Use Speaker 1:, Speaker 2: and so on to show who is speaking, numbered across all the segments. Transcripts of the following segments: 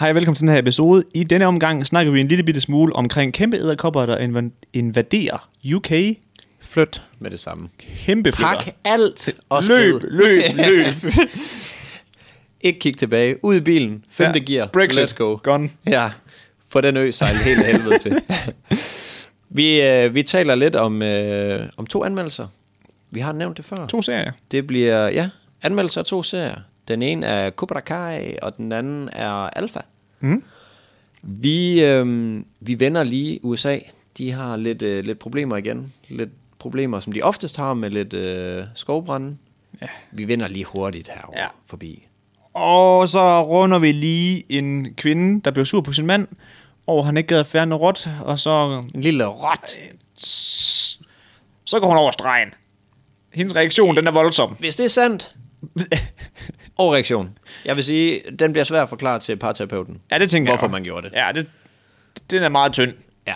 Speaker 1: Hej og velkommen til den her episode. I denne omgang snakker vi en lille bitte smule omkring kæmpe æderkopper, der inv- invaderer UK.
Speaker 2: Flyt med det samme.
Speaker 1: Kæmpe flytter.
Speaker 2: Pak alt og skid.
Speaker 1: Løb, løb, løb.
Speaker 2: Ikke kig tilbage. Ud i bilen. Femte
Speaker 1: Ja.
Speaker 2: gear.
Speaker 1: Brexit.
Speaker 2: Let's go.
Speaker 1: Gone.
Speaker 2: Ja. Få den ø sejlet helt af helvede til. vi, øh, vi taler lidt om, øh, om to anmeldelser. Vi har nævnt det før.
Speaker 1: To serier.
Speaker 2: Det bliver, ja, anmeldelser af to serier. Den ene er Cobra Kai, og den anden er Alpha.
Speaker 1: Mm.
Speaker 2: Vi, øh, vi vender lige USA. De har lidt, øh, lidt problemer igen. Lidt problemer, som de oftest har med lidt øh, skovbrænde. Ja. Vi vender lige hurtigt herover
Speaker 1: Ja.
Speaker 2: ja. forbi.
Speaker 1: Og så runder vi lige en kvinde, der blev sur på sin mand, og han ikke gad at fjerne noget råt, og så, øh,
Speaker 2: En lille rot.
Speaker 1: så går hun over stregen. Hendes reaktion, den er voldsom.
Speaker 2: Hvis det er sandt, overreaktion. Jeg vil sige, den bliver svær at forklare til parterapeuten.
Speaker 1: Ja, det tænker jeg.
Speaker 2: Hvorfor
Speaker 1: også.
Speaker 2: man gjorde det.
Speaker 1: Ja, det, den er meget tynd.
Speaker 2: Ja.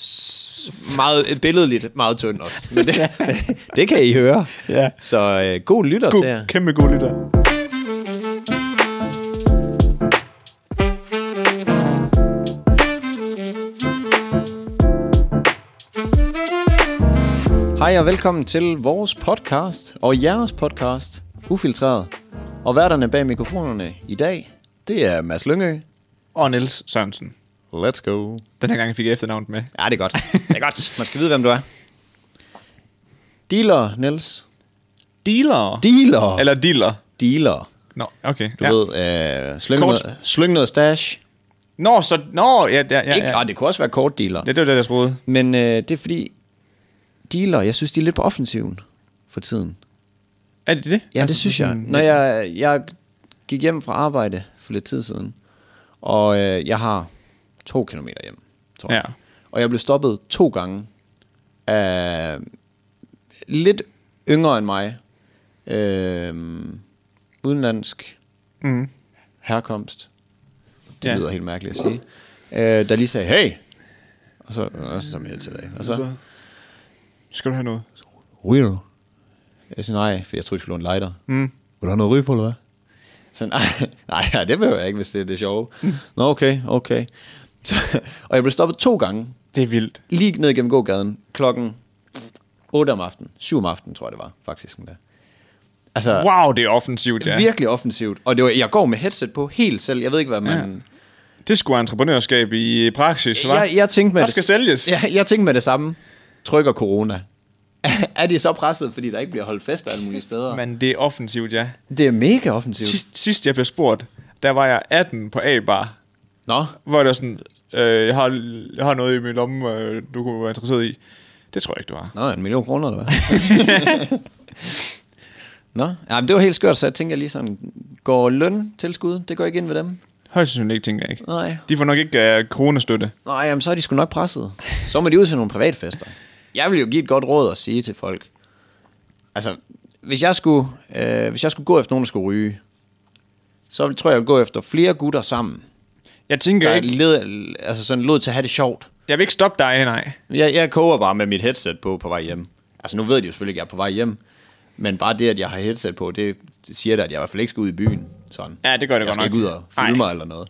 Speaker 2: S- meget billedligt, meget tynd også. Men det, det kan I høre.
Speaker 1: Ja.
Speaker 2: Så øh, god lytter til jer.
Speaker 1: God, kæmpe god lytter.
Speaker 2: Hej og velkommen til vores podcast og jeres podcast, Ufiltreret. Og værterne bag mikrofonerne i dag, det er Mads Lyngø.
Speaker 1: Og Niels Sørensen.
Speaker 2: Let's go.
Speaker 1: Den her gang fik jeg efternavnet med.
Speaker 2: Ja, det er godt. Det er godt. Man skal vide, hvem du er. Dealer, Niels.
Speaker 1: Dealer.
Speaker 2: Dealer. Eller
Speaker 1: Eller dealer.
Speaker 2: dealer.
Speaker 1: Nå, okay.
Speaker 2: Du ja. ved, øh, slyng,
Speaker 1: Kort.
Speaker 2: noget, slyng noget stash.
Speaker 1: Nå, så... Nå, ja, ja, ja.
Speaker 2: Ikke,
Speaker 1: ja.
Speaker 2: Og det kunne også være kort dealer.
Speaker 1: Det, det var det, jeg troede.
Speaker 2: Men øh, det er fordi, dealer, jeg synes, de er lidt på offensiven for tiden.
Speaker 1: Er det det?
Speaker 2: Ja, altså, det synes jeg. Når jeg, jeg gik hjem fra arbejde for lidt tid siden, og øh, jeg har to kilometer hjem, tror jeg.
Speaker 1: Ja.
Speaker 2: Og jeg blev stoppet to gange af lidt yngre end mig, øh, udenlandsk
Speaker 1: Mm.
Speaker 2: herkomst. Det
Speaker 1: Ja.
Speaker 2: ja. lyder helt mærkeligt at sige. Øh, der lige sagde, hey! Og så, og så som jeg til dag. Og så,
Speaker 1: Altså, Skal du have noget?
Speaker 2: ryger du? Jeg siger, nej, for jeg troede, du skulle låne lighter.
Speaker 1: Mm.
Speaker 2: Vil du have noget ryge på, eller hvad? Så nej, nej, nej, det behøver jeg ikke, hvis det er det sjove. Mm. Nå, okay, okay. Så, og jeg blev stoppet to gange,
Speaker 1: Det er vildt.
Speaker 2: lige ned gennem gågaden, klokken 8 om aftenen, 7 om aftenen, tror jeg det var, faktisk endda. Altså, wow,
Speaker 1: Wow, det er offensivt, ja.
Speaker 2: virkelig offensivt. Og det var, jeg går med headset på helt selv, jeg ved ikke, hvad man...
Speaker 1: Det skulle entreprenørskab i praksis, hva'?
Speaker 2: Ja. Jeg, jeg tænkte med
Speaker 1: Der
Speaker 2: det-
Speaker 1: skal sælges.
Speaker 2: Jeg, jeg tænkte med det samme, trykker corona. er de så presset, fordi der ikke bliver holdt fester alle mulige steder?
Speaker 1: Men det er offensivt, ja.
Speaker 2: Det er mega offensivt.
Speaker 1: Sidst, sidst jeg blev spurgt, der var jeg 18 på A-bar.
Speaker 2: Nå,
Speaker 1: Hvor det var sådan, øh, jeg, har, jeg har noget i min lomme, øh, du kunne være interesseret i. Det tror jeg ikke, du har.
Speaker 2: Nå, en million kroner, eller hvad? Nå, ja, men det var helt skørt, så jeg tænker lige sådan, går løntilskud, det går ikke ind ved dem?
Speaker 1: Højst sandsynligt ikke, tænker jeg ikke.
Speaker 2: Nej.
Speaker 1: De får nok ikke øh, kronestøtte.
Speaker 2: Nej, jamen, så er de sgu nok presset. Så må de ud til nogle privatfester. Jeg vil jo give et godt råd at sige til folk. Altså, hvis jeg skulle, øh, hvis jeg skulle gå efter nogen, der skulle ryge, så tror jeg, jeg vil gå efter flere gutter sammen.
Speaker 1: Jeg tænker
Speaker 2: Der
Speaker 1: ikke,
Speaker 2: led, altså sådan lod til at have det sjovt.
Speaker 1: jeg vil ikke stoppe dig, nej.
Speaker 2: Jeg, jeg koger bare med mit headset på på vej hjem. Altså nu ved de jo selvfølgelig, at jeg er på vej hjem. Men bare det, at jeg har headset på, det siger da, at jeg i hvert fald ikke skal ud i byen. Sådan.
Speaker 1: Ja, det gør det
Speaker 2: jeg
Speaker 1: godt
Speaker 2: skal
Speaker 1: nok.
Speaker 2: ikke ud og fylde
Speaker 1: Ej.
Speaker 2: mig eller noget.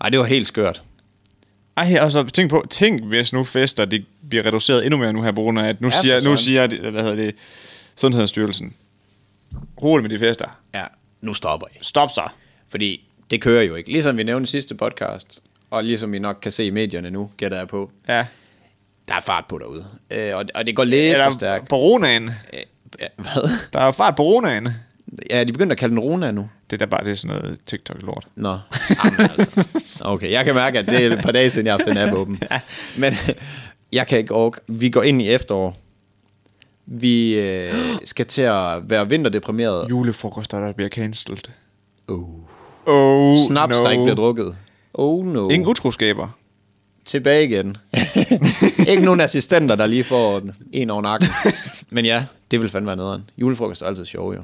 Speaker 2: Nej, det var helt skørt.
Speaker 1: Ej, og så tænk på, tænk hvis nu fester, de bliver reduceret endnu mere nu her på grund af, at nu,
Speaker 2: for
Speaker 1: ja, siger, nu
Speaker 2: søren.
Speaker 1: siger, de- hvad hedder det, Sundhedsstyrelsen, rolig med de fester.
Speaker 2: Ja, nu stopper jeg.
Speaker 1: Stop så.
Speaker 2: Fordi det kører jo ikke. Ligesom vi nævnte i sidste podcast, og ligesom I nok kan se i medierne nu, gætter jeg på,
Speaker 1: Ja.
Speaker 2: der er fart på derude. Øh, og, og det går lidt for
Speaker 1: Eller
Speaker 2: stærkt.
Speaker 1: coronaen.
Speaker 2: Øh, ja, hvad?
Speaker 1: Der er jo fart på coronaen.
Speaker 2: Ja, de begynder at kalde den Rona nu.
Speaker 1: Det er da bare det er sådan noget TikTok-lort.
Speaker 2: Nå. Jamen, altså. Okay, jeg kan mærke, at det er et par dage siden, jeg har haft den app åben. Men jeg kan ikke orke. Vi går ind i efterår. Vi øh, skal til at være vinterdeprimerede.
Speaker 1: Julefrokoster, der bliver cancelled.
Speaker 2: Oh.
Speaker 1: Oh,
Speaker 2: Snaps,
Speaker 1: no.
Speaker 2: no. der ikke bliver drukket. Oh no.
Speaker 1: Ingen utroskaber.
Speaker 2: Tilbage igen. ikke nogen assistenter, der lige får den. en over nakken. Men ja, det vil fandme være nederen. Julefrokost er altid sjov, jo.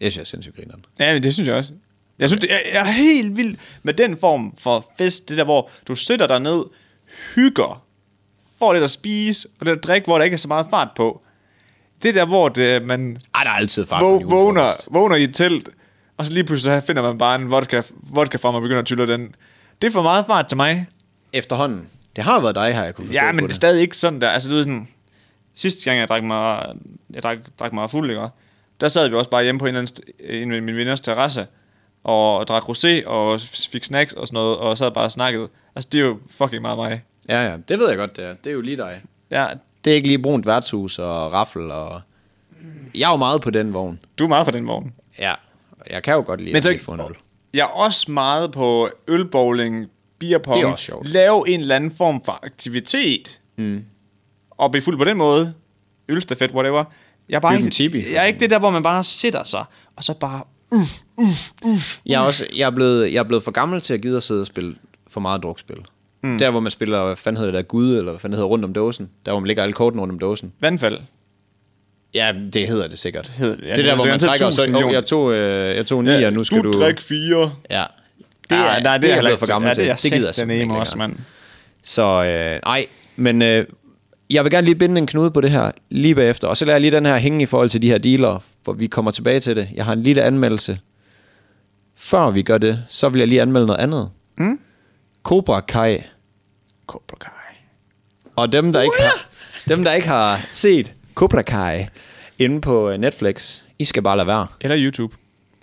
Speaker 2: Jeg synes, jeg er sindssygt grineren.
Speaker 1: Ja, men det synes jeg også. Jeg synes, det er, jeg er helt vild med den form for fest, det der, hvor du sætter dig ned, hygger, får lidt at spise og lidt at drikke, hvor der ikke er så meget fart på. Det der, hvor det, øh, man
Speaker 2: Ej, der er altid fart på en
Speaker 1: vå-
Speaker 2: julefrokost.
Speaker 1: vågner, vågner i et telt, og så lige pludselig så finder man bare en vodka, vodka frem og begynder at tylle den. Det er for meget fart til mig.
Speaker 2: Efterhånden. Det har været dig her, jeg kunne forstå
Speaker 1: Ja,
Speaker 2: på
Speaker 1: men det er
Speaker 2: det.
Speaker 1: stadig ikke sådan der. Altså, du ved sådan... Sidste gang, jeg drak mig, jeg drak, drak mig fuld, ikke? der sad vi også bare hjemme på en, eller anden st- en af mine venners terrasse, og drak rosé, og fik snacks og sådan noget, og sad bare og snakkede. Altså, det er jo fucking meget mig.
Speaker 2: Ja, ja, det ved jeg godt, det er. Det er jo lige dig.
Speaker 1: Ja,
Speaker 2: Det er ikke lige brunt værtshus og raffel og... Jeg er jo meget på den vogn.
Speaker 1: du er meget på den vogn.
Speaker 2: Ja. Jeg kan jo godt lide,
Speaker 1: Men
Speaker 2: at
Speaker 1: så-
Speaker 2: vi får en øl.
Speaker 1: Jeg er også meget på ølbowling, beerpong.
Speaker 2: Det er også sjovt.
Speaker 1: Lave en eller anden form for aktivitet. Mm. Og blive fuld på den måde. Ølstafet, whatever. Jeg er, bare
Speaker 2: Bygge en tipi,
Speaker 1: ikke,
Speaker 2: for
Speaker 1: jeg er ikke det der, hvor man bare sætter sig, og så bare...
Speaker 2: Jeg er, også, jeg, er blevet, jeg er blevet for gammel til at gide at sidde og spille for meget drukspil. Mm. Der, hvor man spiller, hvad fanden hedder det der, Gud, eller hvad fanden hedder rundt om dåsen. Der, hvor man ligger alle kortene rundt om dåsen.
Speaker 1: Vandfald.
Speaker 2: Ja, det hedder det sikkert.
Speaker 1: Hedder det. Ja,
Speaker 2: det
Speaker 1: det-
Speaker 2: der, hvor
Speaker 1: det
Speaker 2: man
Speaker 1: er
Speaker 2: trækker, og så,
Speaker 1: 1000
Speaker 2: oh,
Speaker 1: millioner.
Speaker 2: jeg tog, øh, jeg tog ni, ja, og nu skal du...
Speaker 1: fire.
Speaker 2: Ja.
Speaker 1: Det er,
Speaker 2: nej,
Speaker 1: Ah, nej, det,
Speaker 2: jeg
Speaker 1: er
Speaker 2: blevet
Speaker 1: jeg
Speaker 2: for gammel
Speaker 1: ja,
Speaker 2: til.
Speaker 1: Det, er
Speaker 2: Det gider jeg
Speaker 1: jeg
Speaker 2: simpelthen
Speaker 1: nemme
Speaker 2: ikke
Speaker 1: også, mand.
Speaker 2: Så øh, nej, men øh, jeg vil gerne lige binde en knude på det her lige bagefter. Og så lader jeg lige den her hænge i forhold til de her dealer, for vi kommer tilbage til det. Jeg har en lille anmeldelse. Før vi gør det, så vil jeg lige anmelde noget andet. Mm? Cobra Kai.
Speaker 1: Cobra Kai.
Speaker 2: Og dem, der, ikke har, dem, der ikke har set Cobra Kai inde på øh, Netflix, I skal bare lade være.
Speaker 1: Eller YouTube.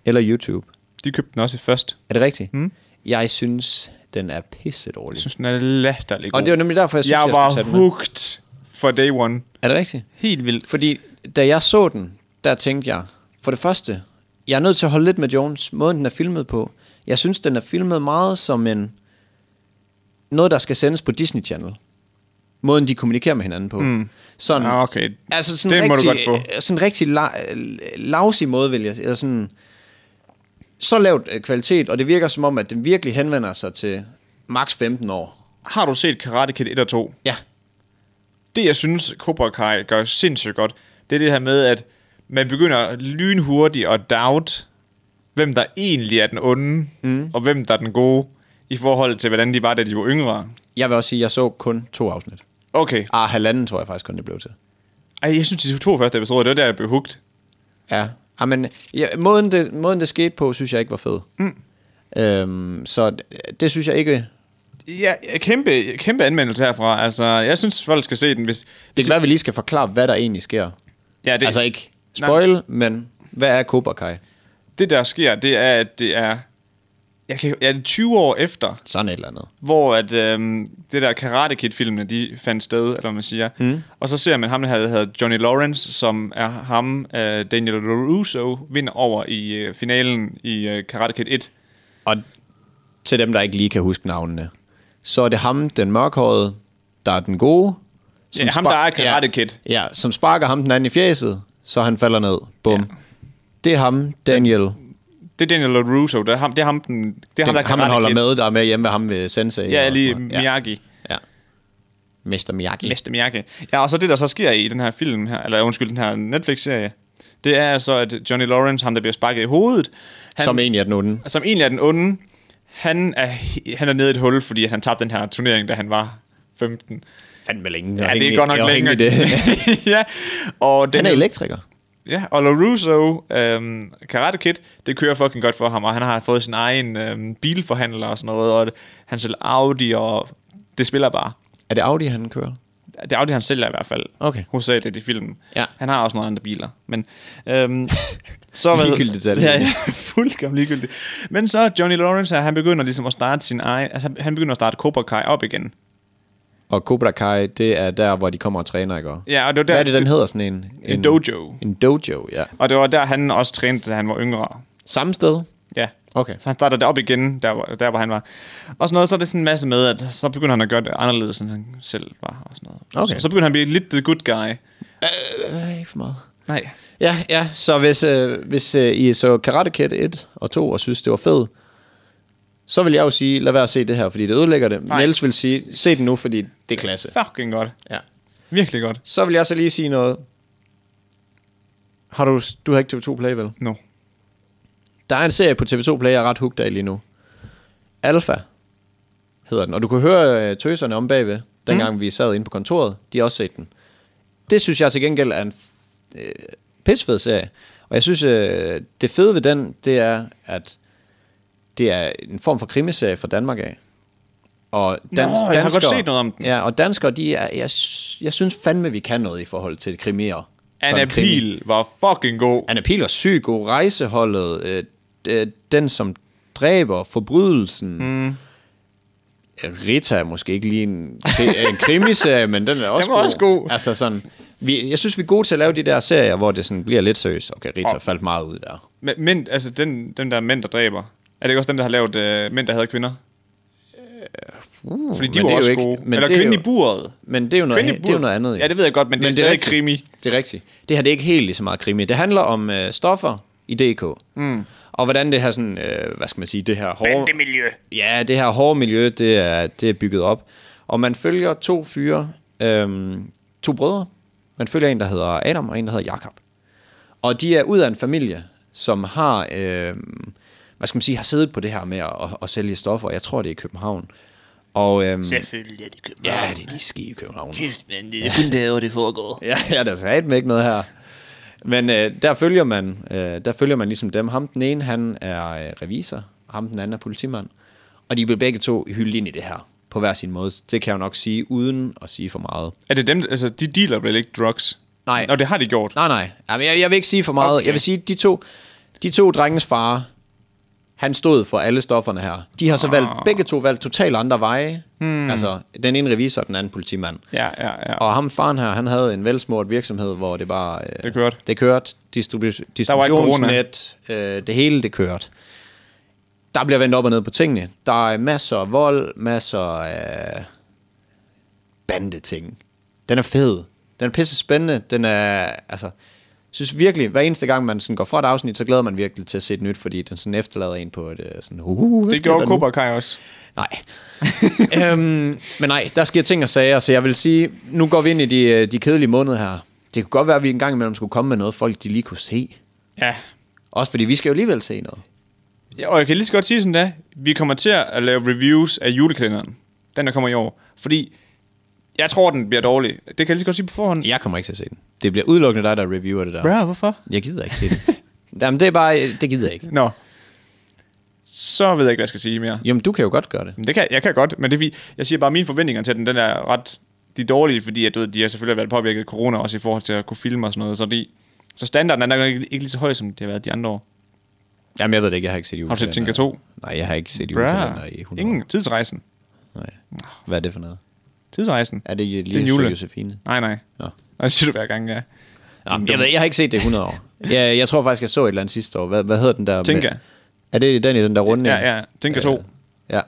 Speaker 2: Eller YouTube.
Speaker 1: De købte den også i først.
Speaker 2: Er det rigtigt? Mm? Jeg synes, den er pisse dårlig.
Speaker 1: Jeg synes, den er latterlig god.
Speaker 2: Og det var nemlig derfor, jeg synes,
Speaker 1: jeg,
Speaker 2: jeg,
Speaker 1: jeg var
Speaker 2: skulle tage den med.
Speaker 1: hooked for day one.
Speaker 2: Er det rigtigt?
Speaker 1: Helt vildt.
Speaker 2: Fordi da jeg så den, der tænkte jeg, for det første, jeg er nødt til at holde lidt med Jones, måden den er filmet på. Jeg synes, den er filmet meget som en, noget, der skal sendes på Disney Channel. Måden, de kommunikerer med hinanden på. Mm. Sådan,
Speaker 1: Ah, okay.
Speaker 2: Altså sådan
Speaker 1: Det må du
Speaker 2: rigtig,
Speaker 1: godt
Speaker 2: øh, Sådan en rigtig la- øh, lousy måde, vil jeg eller sådan, så lavt øh, kvalitet, og det virker som om, at den virkelig henvender sig til maks 15 år.
Speaker 1: Har du set Karate Kid 1 og 2?
Speaker 2: Ja.
Speaker 1: det, jeg synes, Cobra Kai gør sindssygt godt, det er det her med, at man begynder lynhurtigt at doubt, hvem der egentlig er den onde, mm. og hvem der er den gode, i forhold til, hvordan de var, da de var yngre.
Speaker 2: Jeg vil også sige, at jeg så kun to afsnit.
Speaker 1: Okay.
Speaker 2: Ah, halvanden tror jeg faktisk kun, det blev til.
Speaker 1: Ej, jeg synes, de to første episoder, det var der, jeg blev hugt.
Speaker 2: Ja, ah, men ja, måden, det, måden det skete på, synes jeg ikke var fed. Mm. Øhm, så det, det synes jeg ikke... Det
Speaker 1: Ja, kæmpe, kæmpe anmeldelse herfra. Altså, jeg synes, folk skal se den, hvis...
Speaker 2: kan være, vi lige skal forklare, hvad der egentlig sker.
Speaker 1: Ja,
Speaker 2: Det, altså ikke spoil, nej. men hvad er Cobra Kai?
Speaker 1: Det, der sker, det er, at det er... Jeg kan, ja, det er 20 år efter,
Speaker 2: Sådan et eller andet.
Speaker 1: hvor at, øhm, det der Karate Kid-filmene, de fandt sted, eller hvad man siger. Mm. Og så ser man ham, der hedder hedder Johnny Lawrence, som er ham, øh, Daniel LaRusso, vinder over i øh, finalen i øh, Karate Kid 1.
Speaker 2: Og til dem, der ikke lige kan huske navnene, så er det ham, den mørkhårede, der er den gode.
Speaker 1: Ja, ham, der
Speaker 2: spar-
Speaker 1: er Karate Kid.
Speaker 2: Ja, ja, som sparker ham den anden i fjeset, så han falder ned. Bum. Ja. Det er ham, Daniel.
Speaker 1: Det er Daniel LaRusso, det er ham, det er ham, den, det er
Speaker 2: Det
Speaker 1: ham der
Speaker 2: er
Speaker 1: er
Speaker 2: ham,
Speaker 1: Karate
Speaker 2: man holder
Speaker 1: Kid.
Speaker 2: med, der er med hjemme ved ham ved Sensei.
Speaker 1: Ja,
Speaker 2: og
Speaker 1: lige
Speaker 2: sådan noget.
Speaker 1: Miyagi. Ja.
Speaker 2: Ja. Mester Miyagi.
Speaker 1: Næste mærke. Ja, og så det, der så sker i den her film her, eller undskyld, den her Netflix-serie, det er så, at Johnny Lawrence, ham der bliver sparket i hovedet, han,
Speaker 2: Som egentlig er den onde.
Speaker 1: som egentlig er den onde, han er, he- han er nede i et hul, fordi han tabte den her turnering, da han var 15.
Speaker 2: Fandme længe.
Speaker 1: Ja, det er godt nok længe.
Speaker 2: Det. øh.
Speaker 1: ja, og den,
Speaker 2: Han er elektriker.
Speaker 1: ja, og LaRusso, øhm, Karate Kid, det kører fucking godt for ham, og han har fået sin egen øhm, bilforhandler og sådan noget, og han sælger Audi, og det spiller bare.
Speaker 2: Er det Audi, han kører?
Speaker 1: Det er Audi, han sælger i hvert fald.
Speaker 2: Okay.
Speaker 1: Hos det i filmen.
Speaker 2: Ja.
Speaker 1: Han har også nogle andre biler. Men, øhm, så hvad-
Speaker 2: Ligegyldigt detalje.
Speaker 1: Ja, ja, fuldkommen ligegyldigt. Men så Johnny Lawrence her, han begynder ligesom at starte sin egen... Altså, han begynder at starte Cobra Kai op igen.
Speaker 2: Og Cobra Kai, det er der, hvor de kommer og træner, ikke? Ja,
Speaker 1: Ja, og det var der,
Speaker 2: Hvad er det, den hedder? Sådan en, en,
Speaker 1: En dojo.
Speaker 2: En dojo, ja.
Speaker 1: Og det var der, han også trænede, da han var yngre.
Speaker 2: Samme sted?
Speaker 1: Ja.
Speaker 2: Okay.
Speaker 1: Så han starter det op igen, der, hvor- der hvor han var. Og sådan noget, så er det sådan en masse med, at så begynder han at gøre det anderledes, end han selv var. Og sådan noget.
Speaker 2: Okay.
Speaker 1: Så, så begynder han at blive lidt the good guy.
Speaker 2: Øh, ikke for meget.
Speaker 1: Nej.
Speaker 2: Ja, ja. Så hvis, øh, hvis øh, I så Karate Kid 1 og 2 og synes, det var fedt, så vil jeg jo sige, lad være at se det her, fordi det ødelægger det. Nej.
Speaker 1: Nej.
Speaker 2: Niels vil sige, se den nu, fordi det er klasse.
Speaker 1: Fucking godt.
Speaker 2: Ja.
Speaker 1: Virkelig godt.
Speaker 2: Så vil jeg så lige sige noget. Har du, du har ikke TV2 Play, vel?
Speaker 1: No.
Speaker 2: Der er en serie på TV2 Play, jeg er ret hooked af lige nu. Alpha hedder den. Og du kunne høre øh, tøserne om bagved, dengang mm. vi sad inde på kontoret. De har også set den. Det synes jeg til gengæld er en f- øh, pissefed serie. Og jeg synes, øh, det fede ved den, det er, at det er en form for krimiserie fra Danmark af. Og dans,
Speaker 1: Nå, jeg har godt set noget om den.
Speaker 2: Ja, og danskere, de er, jeg, sy- jeg synes fandme, vi kan noget i forhold til krimier. Sådan
Speaker 1: Anna
Speaker 2: krimi.
Speaker 1: Pihl var fucking god.
Speaker 2: Anna Pihl var syg, god rejseholdet, øh, d- den som dræber, forbrydelsen. Mm. Rita er måske ikke lige en, kri- en krimiserie, men den er også,
Speaker 1: var
Speaker 2: god.
Speaker 1: også god.
Speaker 2: Altså sådan, vi, jeg synes, vi er gode til at lave de der serier, hvor det sådan bliver lidt seriøst. Okay, Rita faldt meget ud der.
Speaker 1: Men, mænd, altså den, den der mænd, der dræber. Er det ikke også dem, der har lavet øh, mænd, der havde kvinder? Uh, Fordi de
Speaker 2: Øh, men det
Speaker 1: var
Speaker 2: er jo
Speaker 1: også
Speaker 2: ikke-
Speaker 1: ikke, gode.
Speaker 2: men
Speaker 1: Eller
Speaker 2: det er
Speaker 1: kvinden
Speaker 2: jo-
Speaker 1: i buret.
Speaker 2: Men det er jo noget,
Speaker 1: Kvinde i
Speaker 2: he- det er jo
Speaker 1: buret.
Speaker 2: noget andet. jo.
Speaker 1: Ja, det ved jeg godt, men det er stadig
Speaker 2: rigtigt.
Speaker 1: krimi.
Speaker 2: Det er rigtigt. Det her det er ikke helt lige så meget krimi. Det handler om øh, stoffer i DK. Mm. Og hvordan det her sådan, øh, hvad skal man sige, det her hårde...
Speaker 1: Bandemiljø.
Speaker 2: Ja, det her hårde miljø, det er, det er bygget op. Og man følger to fyre, øhm, to brødre. Man følger en, der hedder Adam, og en, der hedder Jakob. Og de er ud af en familie, som har, øhm, hvad skal man sige, har siddet på det her med at, at, at sælge stoffer. Jeg tror, det er i København. Og, øhm,
Speaker 3: Selvfølgelig er det København.
Speaker 2: ja, det er lige ski i København.
Speaker 3: Kæft, men det er kun der, hvor det foregår.
Speaker 2: Ja, ja der sagde med ikke noget her. Men øh, der, følger man, øh, der følger man ligesom dem. Ham den ene, han er øh, revisor, og ham den anden er politimand. Og de blev begge to hyldet ind i det her, på hver sin måde. Det kan jeg jo nok sige, uden at sige for meget.
Speaker 1: Er det dem, altså de dealer vel ikke drugs?
Speaker 2: Nej.
Speaker 1: Nå, det har de gjort.
Speaker 2: Nej, nej. Jamen, jeg, jeg vil ikke sige for meget. Okay.
Speaker 1: Okay.
Speaker 2: Jeg vil sige, de to, de to drenges far, han stod for alle stofferne her. De har så valgt, begge to valgt totalt andre veje. Ah. Hmm. Altså, den ene revisor, den anden politimand.
Speaker 1: Ja, ja, ja.
Speaker 2: Og ham faren her, han havde en velsmurt virksomhed, hvor det bare... Øh,
Speaker 1: Det kørte.
Speaker 2: Det kørte. Distribu-
Speaker 1: var ikke corona.
Speaker 2: distributionsnet, øh, det hele, det kørte. Der bliver vendt op og ned på tingene. Der er masser af vold, masser af bandeting. Den er fed. Den er pisse spændende. Den er, altså, jeg synes virkelig, hver eneste gang, man sådan går fra et afsnit, så glæder man virkelig til at se et nyt, fordi den sådan efterlader en på et øh, sådan, uh, uh,
Speaker 1: det gjorde Cobra Kai også.
Speaker 2: Nej. øhm, men nej, der sker ting og sager, så jeg vil sige, nu går vi ind i de, øh, de kedelige måneder her. Det kunne godt være, at vi en gang imellem skulle komme med noget, folk de lige kunne se.
Speaker 1: Ja.
Speaker 2: Også fordi vi skal jo alligevel se noget.
Speaker 1: ja. Og jeg kan lige så godt sige sådan da, vi kommer til at lave reviews af julekalenderen. Den, der kommer i år. Fordi jeg tror, den bliver dårlig. Det kan jeg lige så godt sige på forhånd.
Speaker 2: Jeg kommer ikke til at se den. Det bliver udelukkende dig, der reviewer det der.
Speaker 1: Bra, hvorfor?
Speaker 2: Jeg gider ikke se det. Jamen, det er bare, øh, det gider jeg ikke.
Speaker 1: Nå. Så ved jeg ikke, hvad jeg skal sige mere.
Speaker 2: Jamen, du kan jo godt gøre det.
Speaker 1: Men Det kan, jeg kan godt, men det, er fordi- jeg siger bare, at mine forventninger til den, den er ret de er dårlige, fordi at, du ved, de har selvfølgelig været påvirket af corona også i forhold til at kunne filme og sådan noget. Så, de, så standarden er nok ikke, ikke lige så høj, som det har været de andre år.
Speaker 2: Jamen, jeg ved det ikke. Jeg har ikke set i
Speaker 1: Har du set Tinka 2?
Speaker 2: Nej, jeg har ikke set i
Speaker 1: Bra.
Speaker 2: i 100
Speaker 1: Ingen. Tidsrejsen.
Speaker 2: Nej. Hvad er det for noget?
Speaker 1: Tidsrejsen.
Speaker 2: Er det ikke
Speaker 1: er en
Speaker 2: lige
Speaker 1: jule.
Speaker 2: det Josefine?
Speaker 1: Nej, nej.
Speaker 2: Nå.
Speaker 1: Og det siger du hver gang, ja.
Speaker 2: Nå, men jeg, ved, jeg har ikke set det i 100 år. Jeg, jeg tror faktisk, jeg så et eller andet sidste år. Hvad, hvad hedder den der?
Speaker 1: Tinka.
Speaker 2: med- Er det den i den der runde? en?
Speaker 1: Ja, ja. Tinka 2.
Speaker 2: Ja.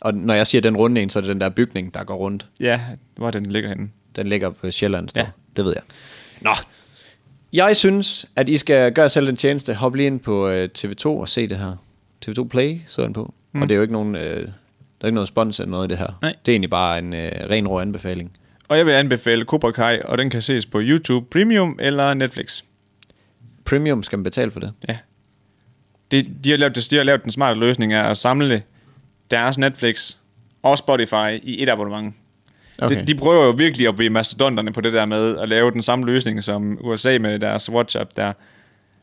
Speaker 2: Og når jeg siger den runde en, så er det den der bygning, der går rundt.
Speaker 1: Ja, hvor er den ligger henne.
Speaker 2: Den ligger på Sjælland. Ja.
Speaker 1: Ja.
Speaker 2: Det ved jeg. Nå. Jeg synes, at I skal gøre jer selv den tjeneste. Hop lige ind på øh, TV2 og se det her. TV2 Play så den på. Mm. Og det er jo ikke nogen... Øh, der er ikke noget spons eller noget i det her.
Speaker 1: Nej.
Speaker 2: Det er egentlig bare en øh, ren rå anbefaling.
Speaker 1: Og jeg vil anbefale Cobra Kai, og den kan ses på YouTube Premium eller Netflix.
Speaker 2: Premium skal man betale for det.
Speaker 1: Ja. Det, de, har lavet, de har lavet den smarte løsning af at samle deres Netflix og Spotify i et abonnement. Okay.
Speaker 2: Okay.
Speaker 1: De, de prøver jo virkelig at blive mastodonterne på det der med at lave den samme løsning som USA med deres WhatsApp der.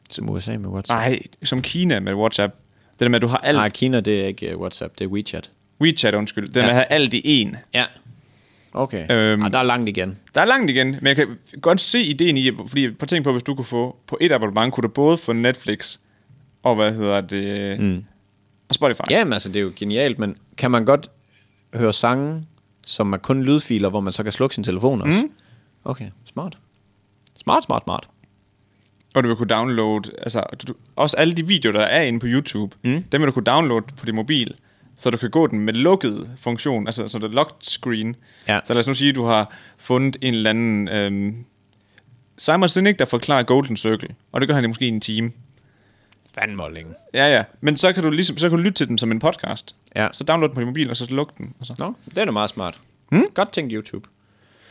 Speaker 2: Som USA med WhatsApp.
Speaker 1: Nej, som Kina med WhatsApp. Det der med, at du har alt...
Speaker 2: Nej, Kina det er ikke øh, WhatsApp, det er WeChat.
Speaker 1: WeChat, undskyld. Det der med at have alt i en.
Speaker 2: Ja. Okay. Øhm.
Speaker 1: Øhm.
Speaker 2: Ah, der er langt igen.
Speaker 1: Der er langt igen, men jeg kan godt se ideen i, fordi på tænk på, hvis du kunne få på et abonnement, kunne du både få Netflix og hvad hedder det... Mm. Og Spotify.
Speaker 2: Jamen altså, det er jo genialt, men kan man godt høre sange, som er kun lydfiler, hvor man så kan slukke sin telefon også? Mm. Okay, smart. Smart, smart, smart.
Speaker 1: Og du vil kunne downloade, altså du- du, også alle de videoer, der er inde på YouTube, mm. dem vil du kunne downloade på din mobil, så du kan gå den med lukket funktion, altså så det er locked screen.
Speaker 2: Ja.
Speaker 1: Så lad os nu sige, at du har fundet en eller anden... Øhm, Simon Sinek, der forklarer Golden Circle, og det gør han i måske en time.
Speaker 2: Fandmåling.
Speaker 1: Ja, ja. Men så kan du ligesom, så kan du lytte til dem som en podcast.
Speaker 2: Ja.
Speaker 1: Så download den på din mobil, og så luk den. Og så.
Speaker 2: Nå, det er da meget smart. Mm? Godt tænkt YouTube.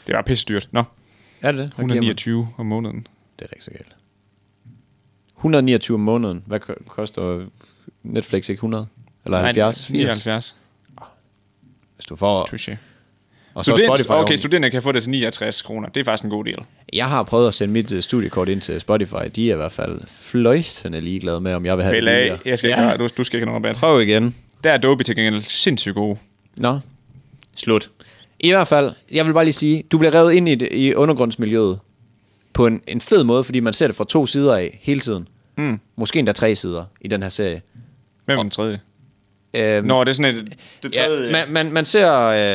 Speaker 1: Det var pisse dyrt. Nå,
Speaker 2: Er det det? Hvad giver man?
Speaker 1: 129 om måneden.
Speaker 2: Det er da ikke så galt. 129 om måneden. Hvad ko- koster Netflix ikke 100? Eller 70? 80?
Speaker 1: 79.
Speaker 2: Hvis du får...
Speaker 1: Touché.
Speaker 2: Og så
Speaker 1: Student,
Speaker 2: Spotify.
Speaker 1: okay,
Speaker 2: Okay,
Speaker 1: studerende kan få det til 69 kroner. Det er faktisk en god deal.
Speaker 2: jeg har prøvet at sende mit øh, studiekort ind til Spotify. De er i hvert fald fløjtende ligeglade med, om jeg vil have
Speaker 1: Pille
Speaker 2: det
Speaker 1: af.
Speaker 2: billigere.
Speaker 1: Jeg skal ikke, have- du, du skal ikke have nogen rabat.
Speaker 2: Prøv igen.
Speaker 1: Der er Adobe til gengæld sindssygt gode.
Speaker 2: Nå. Slut. I hvert fald, jeg vil bare lige sige, du bliver revet ind i, det, i undergrundsmiljøet på en, en fed måde, fordi man ser det fra to sider af hele tiden. Mm. Måske endda tre sider i den her serie.
Speaker 1: Hvem er den tredje?
Speaker 2: Øhm,
Speaker 1: Nå, det er sådan et... Det tredje...
Speaker 2: ja, man, man, man ser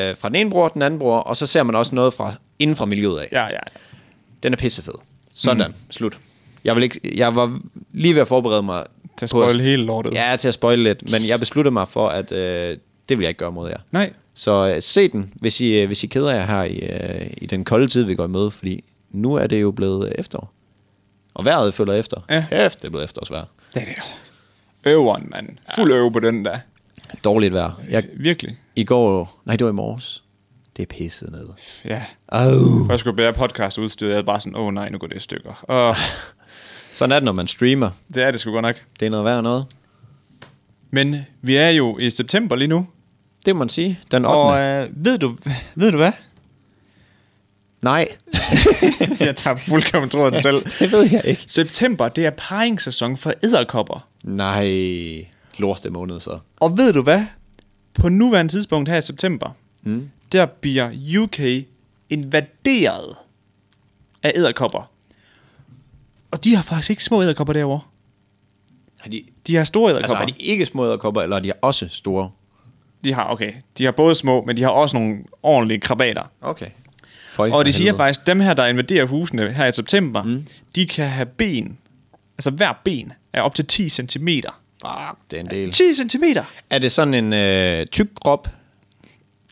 Speaker 2: øh, fra den ene bror, den anden bror, og så ser man også noget fra inden fra miljøet af.
Speaker 1: ja, ja.
Speaker 2: Den er pissefed. Sådan. Mm. Slut. Jeg, vil ikke, jeg var lige ved at forberede mig
Speaker 1: Til at
Speaker 2: på
Speaker 1: spoil hele lortet.
Speaker 2: Ja, til at spoil lidt, men jeg besluttede mig for, at øh, det vil jeg ikke gøre mod jer.
Speaker 1: Nej.
Speaker 2: Så øh, se den, hvis I, øh, hvis I keder jer her i, øh, i den kolde tid, vi går i møde, fordi nu er det jo blevet øh, efterår. Og vejret følger efter.
Speaker 1: Ja.
Speaker 2: Kæft, det er blevet efterårsvejr.
Speaker 1: Det er det Øveren, mand. Fuld øve på den der.
Speaker 2: Dårligt vejr. Jeg,
Speaker 1: Virkelig.
Speaker 2: I går... Nej, det var i morges. Det er pisset ned.
Speaker 1: Ja.
Speaker 2: Oh.
Speaker 1: Jeg skulle bære podcast udstyret. Jeg havde bare sådan, åh oh, nej, nu går det i stykker. Og
Speaker 2: Sådan er det, når man streamer.
Speaker 1: det er det sgu godt nok.
Speaker 2: Det er noget værd noget.
Speaker 1: Men vi er jo i september lige nu.
Speaker 2: Det må man sige. Den 8.
Speaker 1: Og øh, ved, du, ved du hvad?
Speaker 2: Nej,
Speaker 1: jeg tager fuldkommen tråden selv.
Speaker 2: det ved jeg ikke.
Speaker 1: September, det er paringssæson for æderkopper.
Speaker 2: Nej, lorte måned så.
Speaker 1: Og ved du hvad? På nuværende tidspunkt her i september, mm. der bliver UK invaderet af æderkopper. Og de har faktisk ikke små æderkopper derovre.
Speaker 2: Har de,
Speaker 1: De har store
Speaker 2: altså
Speaker 1: æderkopper.
Speaker 2: har de ikke små æderkopper, eller er de også store?
Speaker 1: de har, okay, de har både små, men de har også nogle ordentlige krabater.
Speaker 2: Okay. Føj, for
Speaker 1: Og de siger
Speaker 2: helvede.
Speaker 1: faktisk, at dem her, der invaderer husene her i september, mm. de kan have ben. Altså hver ben er op til 10 cm.
Speaker 2: Fuck, det er en del.
Speaker 1: 10 cm!
Speaker 2: Er det sådan en øh, tyk krop,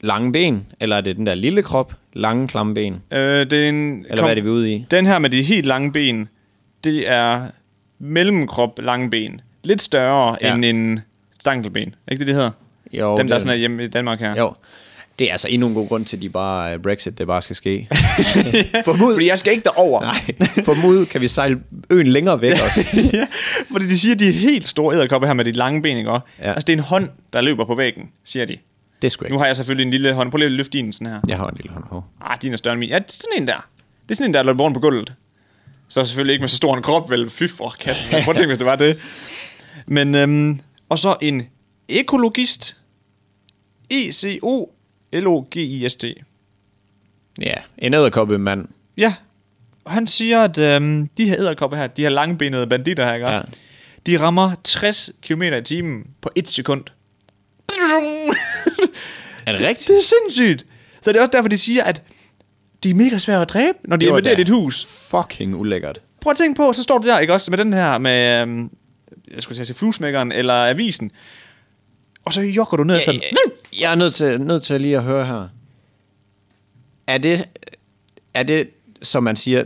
Speaker 2: lange ben, eller er det den der lille krop, lange, klamme ben? Eller
Speaker 1: Øh, det er en,
Speaker 2: Kom. hvad er det, vi er ude i?
Speaker 1: Den her med de helt lange ben, det er mellemkrop lange ben. Lidt større
Speaker 2: Ja.
Speaker 1: ja. end en stankelben. Ikke det, det hedder?
Speaker 2: Jo,
Speaker 1: Dem,
Speaker 2: det
Speaker 1: der
Speaker 2: er
Speaker 1: er sådan er hjemme i Danmark her.
Speaker 2: Jo. Det er altså endnu en god grund til, at de bare øh, Brexit, det bare skal ske. Formod,
Speaker 1: Fordi jeg skal ikke derover.
Speaker 2: nej, formod kan vi sejle øen længere væk også.
Speaker 1: ja, fordi de siger, at de er helt store æderkopper her med de lange ben, ikke også?
Speaker 2: Ja.
Speaker 1: Altså, det er en hånd, der løber på væggen, siger de.
Speaker 2: Det er sgu
Speaker 1: Nu
Speaker 2: ikke.
Speaker 1: har jeg selvfølgelig en lille hånd. Prøv lige at løfte din sådan her.
Speaker 2: Jeg har en lille hånd på.
Speaker 1: Ah, din er større end min. Ja, det er sådan en der. Det er sådan en, der er rundt på gulvet. Så selvfølgelig ikke med så stor en krop, vel? Fy for katten. Prøv at tænke, hvis det var det. Men, øhm, og så en ekologist. E E-C-O-L-O-G-I-S-T.
Speaker 2: Ja, en æderkoppe mand.
Speaker 1: Ja. Og han siger, at øhm, de her æderkopper her, de her langbenede banditter her, ikke?
Speaker 2: Ja.
Speaker 1: Ja. de rammer 60 km i timen på et sekund.
Speaker 2: Er det rigtigt?
Speaker 1: Det er sindssygt. Så det er også derfor, de siger, at de er mega svære at dræbe, når de
Speaker 2: Det var
Speaker 1: invaderer
Speaker 2: da-
Speaker 1: dit hus.
Speaker 2: Fucking ulækkert.
Speaker 1: Prøv at tænke på, så står det der, ikke også, med den her, med, øhm, jeg skulle til at sige, fluesmækkeren eller avisen. Og så jokker du ned efter
Speaker 2: Jeg,
Speaker 1: den.
Speaker 2: jeg, jeg er nødt til, nødt til lige at høre her. Er det, er det som man siger,